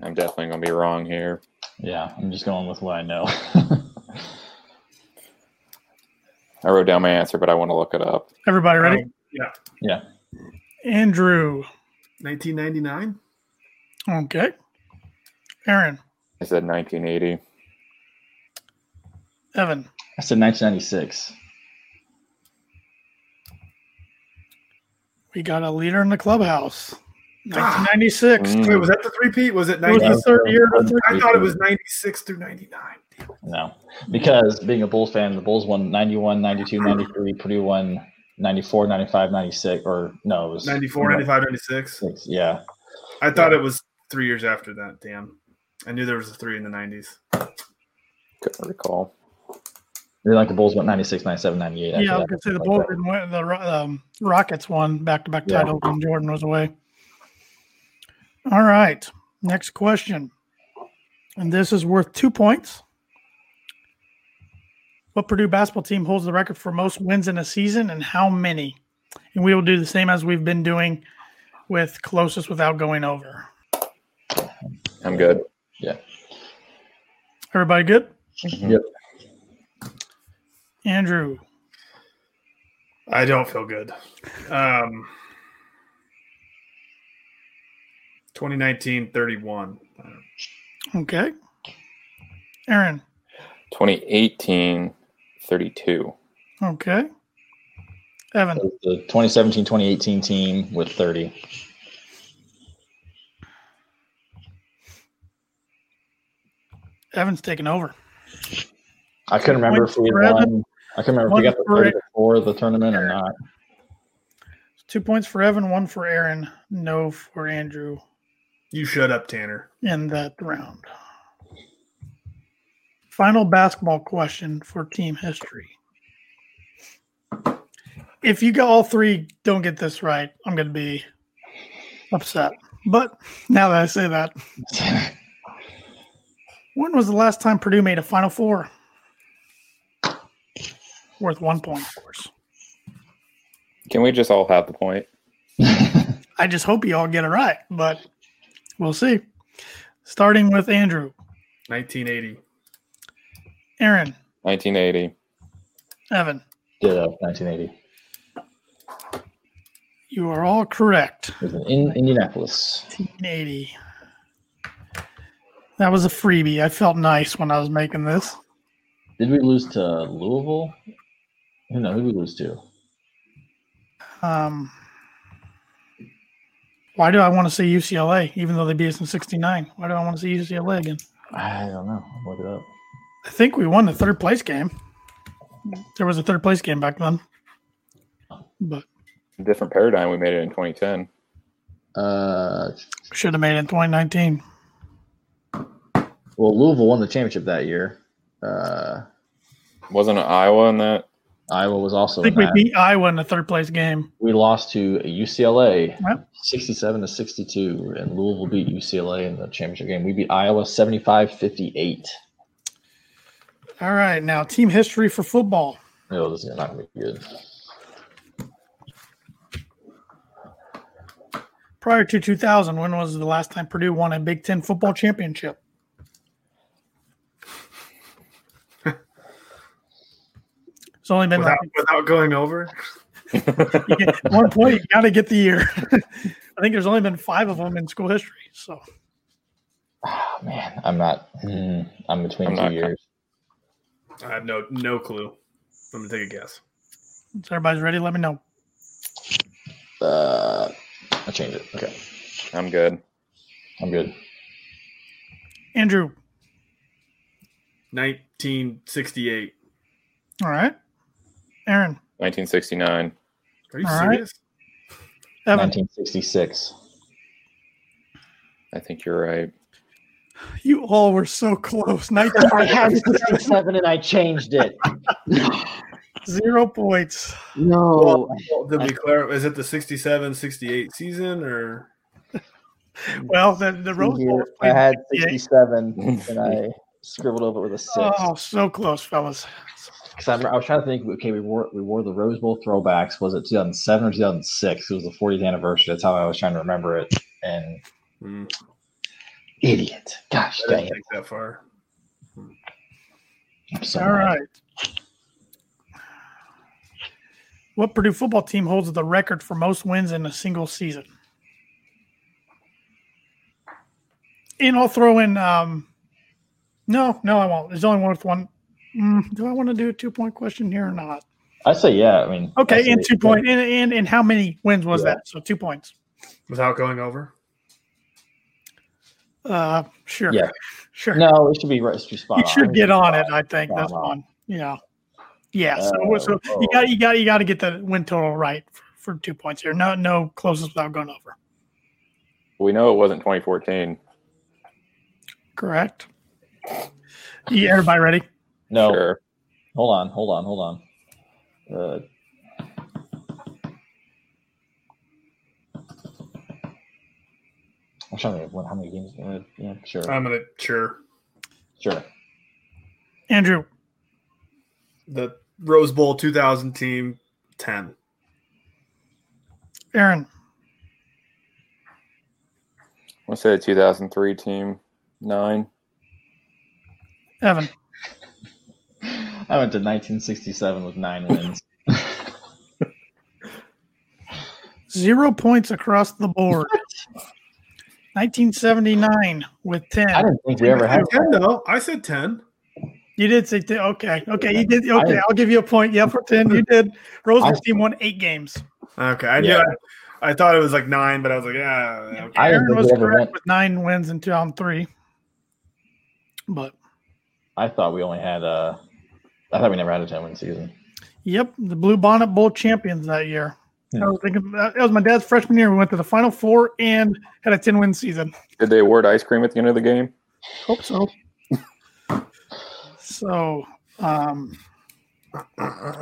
I'm definitely going to be wrong here. Yeah, I'm just going with what I know. I wrote down my answer, but I want to look it up. Everybody ready? Yeah. yeah. Andrew. 1999? Okay. Aaron. I said 1980. Evan. I said 1996. We got a leader in the clubhouse. 1996. Mm. Wait, was that the three Pete? Was it It was 90? the third year. of the I thought it was 96 through 99. No, because being a Bulls fan, the Bulls won 91, 92, 93. Purdue won 94, 95, 96. Or no, it was 94, 95, 96. 96. Yeah. I thought it was three years after that. Damn. I knew there was a three in the 90s. Couldn't recall. Then like the Bulls went 96, 97, 98. after Yeah, I was that. gonna say the Like Bulls that. didn't win. The Ro- um, Rockets won back-to-back Yeah. titles when Jordan was away. All right, next question, and this is worth two points. What Purdue basketball team holds the record for most wins in a season, and how many? And we will do the same as we've been doing with closest without going over. I'm good. Yeah. Everybody good? Yep. Andrew, I don't feel good. Um, 2019 31. okay. Aaron, 2018, 32. okay. Evan, It was The 2017, 2018 team with 30. Evan's taking over. I couldn't remember if we One for had won. I couldn't remember if one we got the for 30 Evan. before the tournament or not. Two points for Evan, one for Aaron, no for Andrew You shut up, Tanner. in that round. Final basketball question for team history. If you got all three, don't get this right, I'm going to be upset. But now that I say that, when was the last time Purdue made a Final Four? Worth one point, of course. Can we just all have the point? I just hope you all get it right, but we'll see. Starting with Andrew, 1980. Aaron, 1980. Evan, Did uh, 1980. you are all correct. It was in Indianapolis. 1980. That was a freebie. I felt nice when I was making this. Did we lose to Louisville? Who know who did we lose to? Um, why do I want to see UCLA, even though they beat us in '69? Why do I want to see UCLA again? I don't know. I'll look it up. I think we won the third place game. There was a third place game back then, but Different paradigm. We made it in 2010. Uh, should have made it in 2019. well, Louisville won the championship that year. Uh, Wasn't it Iowa in that? Iowa was also. I think in we that. beat Iowa in the third place game. We lost to UCLA, Yep. sixty-seven to sixty-two, and Louisville beat UCLA in the championship game. We beat Iowa 75-58. All right, now team history for football. No, this is not going to be good. prior to 2000, when was the last time Purdue won a Big Ten football championship? it's only been without, like, without going over. at one point, you got to get the year. I think there's only been five of them in school history. So Oh, man, I'm not. mm, I'm between I'm two not- years. I have no no clue. Let me take a guess. if everybody's ready. Let me know. Uh, I'll change it. Okay, I'm good. I'm good. Andrew. 1968. All right. Aaron. 1969. Are you All right. serious? Evan. 1966. I think you're right. You all were so close. I 19 had 67 and I changed it. zero points. No. Well, to be clear, is it the 67 68 season or Well, the, the Rose Bowl was I played had 68. 67 and I scribbled over it with a six. Oh, so close, fellas. Because I, I was trying to think. Okay, we wore we wore the Rose Bowl throwbacks. Was it 2007 or 2006? It was the 40th anniversary. That's how I was trying to remember it. And Hmm, idiot, gosh I Mm. dang didn't it! think that far? I'm so All mad. right. What Purdue football team holds the record for most wins in a single season? And I'll throw in. Um, no, no, I won't. There's only one with one. Mm, do I want to do a two point question here or not? I say yeah. I mean, I Okay, say- and two point, and, and and how many wins was Yeah. that? So two points. Without going over? Uh, sure. Yeah. Sure. No, it should be right. It should be spot you on. should get on it. I think Spot that's on. one. Yeah, yeah. So, Oh, so oh. you got you got you got to get the win total right for, for two points here. No no closes without going over. We know it wasn't 2014. Correct. Yeah, everybody ready? No, Sure. hold on, hold on, hold on. Uh, I'm trying to think of what, how many games. Uh, yeah, sure, I'm gonna sure sure. Andrew, the Rose Bowl 2000 team 10. Aaron, I say the 2003 team nine. Evan, I went to 1967 with nine wins. zero points across the board. 1979 with I 10. didn't think we ever I had. said 10 though. I said 10. You did say, t- okay, okay, you did, I okay, didn't- I'll give you a point. Yeah, for 10, you did. I- Roseman's team won eight games. Okay, I knew Yeah. I, I thought it was like nine, but I was like, yeah. okay. I didn't Aaron think was we ever correct went- with nine wins in 2003. But I thought we only had. Uh, I thought we never had a 10 win season. Yep, the Blue Bonnet Bowl champions that year. Hmm. I was thinking uh, that was my dad's freshman year. We went to the Final Four and had a ten win season. Did they award ice cream at the end of the game? Hope so. so, um,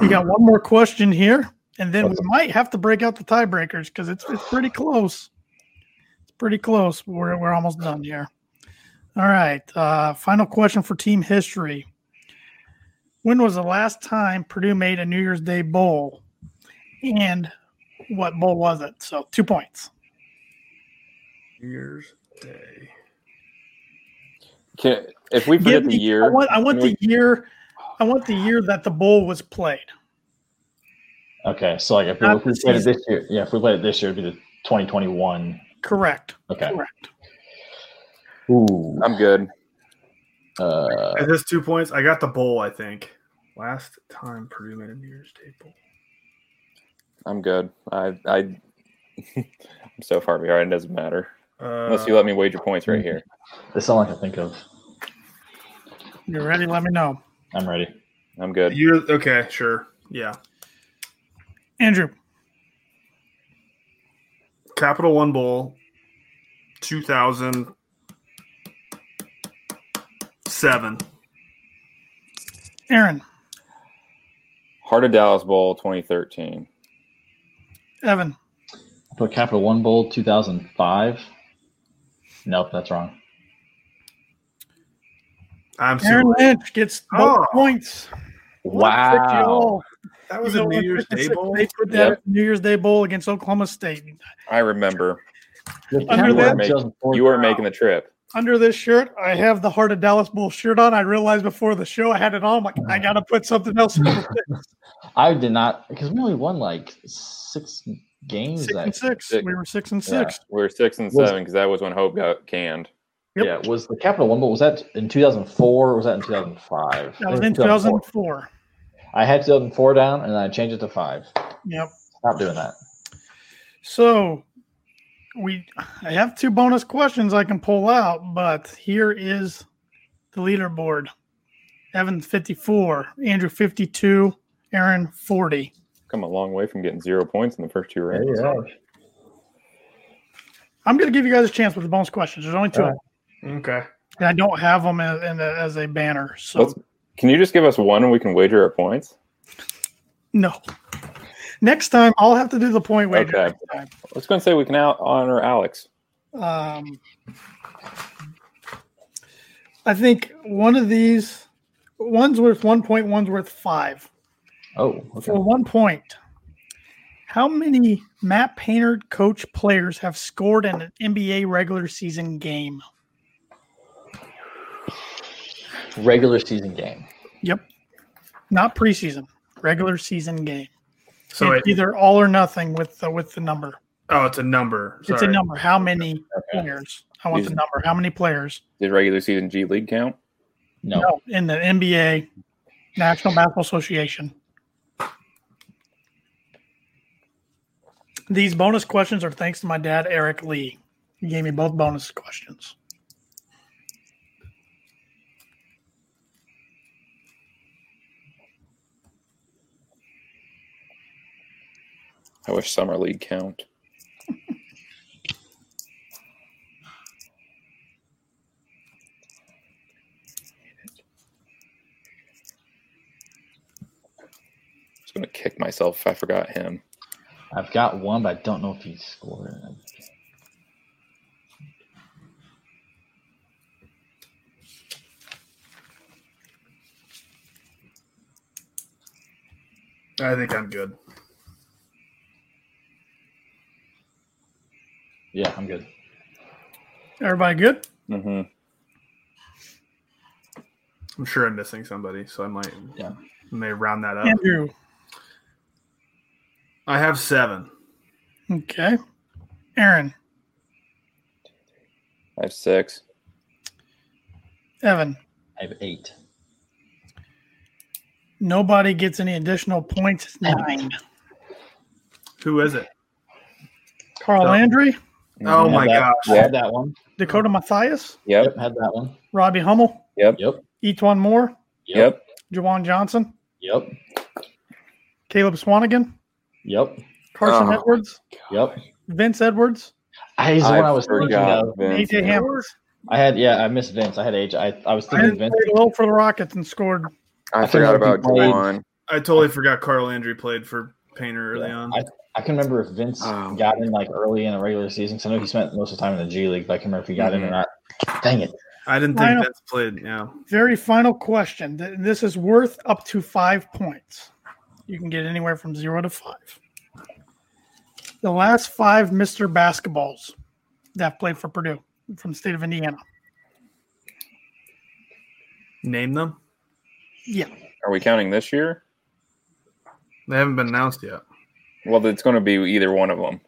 we got one more question here, and then we might have to break out the tiebreakers because it's it's pretty close. It's pretty close. We're we're almost done here. All right. Uh, final question for team history. When was the last time Purdue made a New Year's Day bowl? And what bowl was it? So two points. Year's day. Can, if we forget Give the me- year, I want, I want can the we- year. I want the year that the bowl was played. Okay, so like if we, Not if we the played it this year, yeah, if we played it this year, it'd be the 2021. Correct. Okay. Correct. Ooh. I'm good. Uh, At this two points, I got the bowl. I think last time Purdue made a New Year's Day bowl. I'm good. I, I, I'm so far behind. It doesn't matter unless you Uh, let me wager points right here. that's all I can think of. You ready? Let me know. I'm ready. I'm good. Uh, year, okay, sure, yeah. Andrew, Capital One Bowl, two thousand seven. Aaron, Heart of Dallas Bowl 2013. Evan, Put Capital One Bowl 2005. Nope, that's wrong. I'm super. Aaron Lynch gets both Oh. points. What a trick you all. that was You a know, New Year's Day 56, bowl. They put that Yep. New Year's Day bowl against Oklahoma State. I remember. Under you, that- weren't making, you weren't making the trip. Under this shirt, I have the Heart of Dallas Bull shirt on. I realized before the show I had it on. I'm like, I got to put something else in the I did not because we only won like six games six that and six. We were six and Yeah. six. We were six and Was- seven because that was when Hope got canned. Yep. Yeah, was the Capital One, but was that in 2004 or was that in 2005? That was in 2004. I had 2004 down and I changed it to five. Yep. Stop doing that. So we I have two bonus questions I can pull out, but here is the leaderboard. Evan 54, Andrew 52, Aaron 40. Come a long way from getting zero points in the first two rounds. I'm going to give you guys a chance with the bonus questions. There's only two. of them. Okay. And I don't have them in, in a, as a banner. So Let's, can you just give us one and we can wager our points? no. Next time I'll have to do the point wager. Okay. next I was going to say we can out honor Alex. time. Um, I think one of these, one's worth one point, one's worth five. Oh, okay. For one point, how many Matt Painter coach players have scored in an NBA regular season game? Regular season game. Yep. Not preseason, regular season game. So it's it, either all or nothing with the, with the number. oh, it's a number. It's a Sorry. number. How many Okay. players? I want the Using- number. How many players? Did regular season G League count? No. No, in the NBA, National Basketball Association. These bonus questions are thanks to my dad, Eric Lee. He gave me both bonus questions. I wish summer league count. I was gonna kick myself if I forgot him. I've got one, but I don't know if he scored. I think I'm good. Yeah, I'm good. Everybody good? Mm-hmm. I'm sure I'm missing somebody, so I might Yeah. may round that up. Andrew. I have seven. Okay. Aaron, I have six. Evan, I have eight. nobody gets any additional points. It's Nine. Who is it? Carl Oh. Landry, Oh I my had that- gosh. I had that one. Dakota Mathias, Yep. Yep, had that one. Robbie Hummel, Yep. Etwan Moore, Yep. Jawan Johnson, Yep. Caleb Swanigan, Yep. Carson Oh. Edwards, Yep. Vince Edwards, I, he's the one I was thinking forgot of. Vince. AJ Hammers. I had yeah, I missed Vince. I had age. I, I was thinking Ryan Vince. played low for the Rockets and scored. I, I forgot forgot about he played. Juwan. I totally forgot Carl Landry played for Painter early Yeah. on. Um, I, I can remember if Vince Oh. got in like early in the regular season. 'cause I know he spent most of the time in the G League, but I can remember if he got Mhm. in or not. Dang it. I didn't Rhino- think that's played. Yeah. Very final question. Th- This is worth up to five points. You can get anywhere from zero to five. The last five Mr. Basketballs that played for Purdue from the state of Indiana. Name them. Yeah. Are we counting this year? They haven't been announced yet. Well, it's going to be either one of them.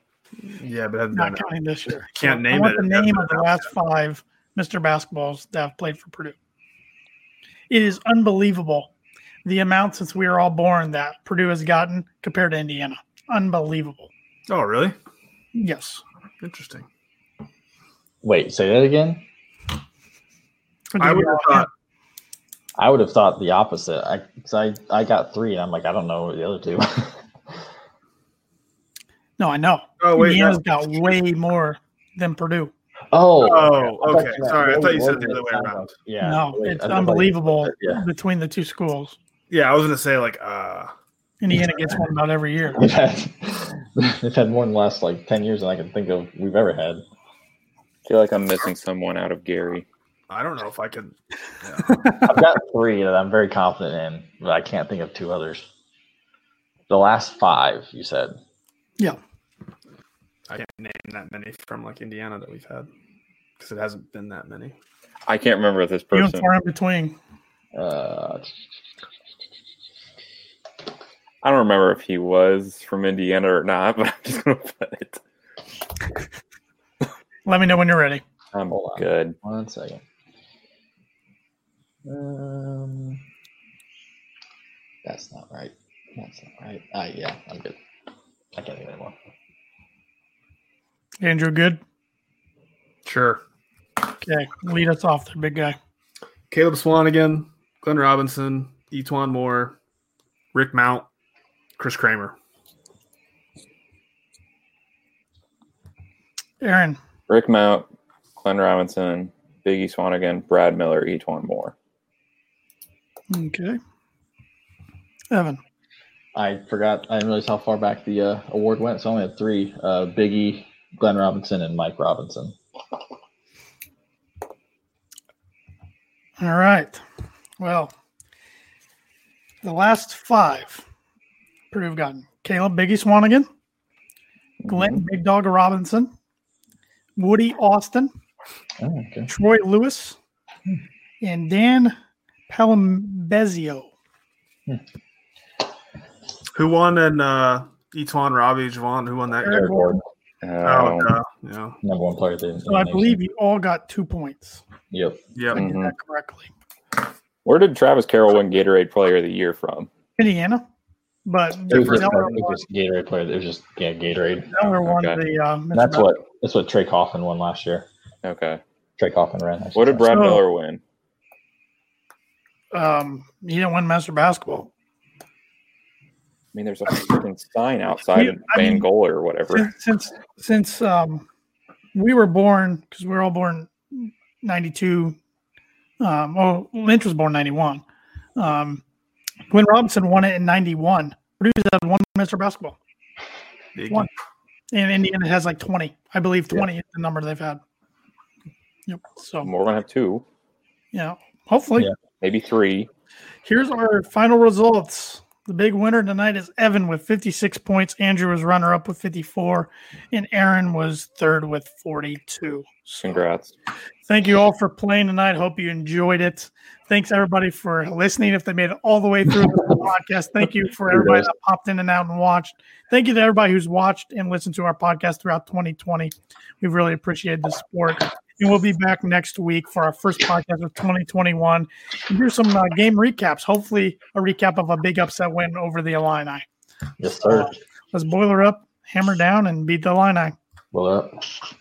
Yeah, but haven't been Not counting this year. Can't So I name want it The if that's name not of the last announced five Mr. Basketballs that have played for Purdue. It is unbelievable the amount since we were all born that Purdue has gotten compared to Indiana. Unbelievable. Oh, really? Yes. Interesting. Wait, say that again. I would have thought. I would have thought the opposite. I 'cause I, I got three, and I'm like, I don't know the other two. No, I know. Oh wait. Indiana's that's- got way more than Purdue. oh. I Oh, thought okay. you meant Sorry, I thought you Logan said the other way Sounds around. like- Yeah. no, wait, it's I thought you- unbelievable Yeah. between the two schools. Yeah, I was gonna say like uh Indiana gets one about every year. They've had, they've had more in the last like 10 years than I can think of we've ever had. I feel like I'm missing someone out of Gary. I don't know if I could. I've got three that I'm very confident in, but I can't think of two others. The last five, you said. Yeah. I can't name that many from like Indiana that we've had because it hasn't been that many. I can't remember this You and person. far in between. Uh, I don't remember if he was from Indiana or not, but I'm just gonna put it. Let me know when you're ready. I'm Hold on. good. one second. Um, that's not right. That's not right. Ah, yeah, I'm good. I can't think of anymore. Andrew, good. Sure. Okay, lead us off, the big guy. Caleb Swanigan, Glenn Robinson, Etwan Moore, Rick Mount, Chris Kramer. Aaron, Rick Mount, Glenn Robinson, Biggie Swanigan, Brad Miller, Etwan Moore. okay. Evan, I forgot. I didn't realize how far back the uh, award went. So I only had three: uh, Biggie, Glenn Robinson, and Mike Robinson. all right. Well, the last five Purdue have gotten Caleb Biggie Swanigan, Glenn Big Dog Robinson, Woody Austin, Oh, okay. Troy Lewis, and Dan Palambezio. Who won in uh, Etwan Robbie Javon? Who won Eric that? game? Eric Gordon, Oh, Um, duh. yeah. number one player. At the end of So I the believe you all got two points. nation. Yep. If Yep. I did Mm-hmm. Mhm. that correctly. Where did Travis Carroll win Gatorade Player of the Year from? Indiana, but It was, just, Delaware it won, was Gatorade player. It was just yeah, Gatorade. Delaware won Okay. the. Uh, Mr. That's Bell. what that's what Trey Coffin won last year. Okay. Trey Coffin ran. I should What did say. Brad So- Miller win? Um, he didn't win Master Basketball. I mean, there's a freaking sign outside Yeah, in I mean- Bangola or whatever. Since since, since um, we were born because we were all born '92. Um, well, Lynch was born '91. Um, Gwen Robinson won it in '91. Purdue's had one Master Basketball, Big- One. and Indiana has like 20. I believe 20 is the number they've had. Yep. So We're gonna have two, yeah, hopefully. Yeah. maybe three. Here's our final results. The big winner tonight is Evan with 56 points. Andrew was runner up with 54, and Aaron was third with 42. So Congrats. thank you all for playing tonight. Hope you enjoyed it. Thanks everybody for listening. If they made it all the way through the podcast, thank you for everybody that popped in and out and watched. Thank you to everybody who's watched and listened to our podcast throughout 2020. We've really appreciated the support. And we'll be back next week for our first podcast of 2021. And here's some uh, game recaps. Hopefully, a recap of a big upset win over the Illini. Yes, sir. Uh, Let's boiler up, hammer down, and beat the Illini. Well up.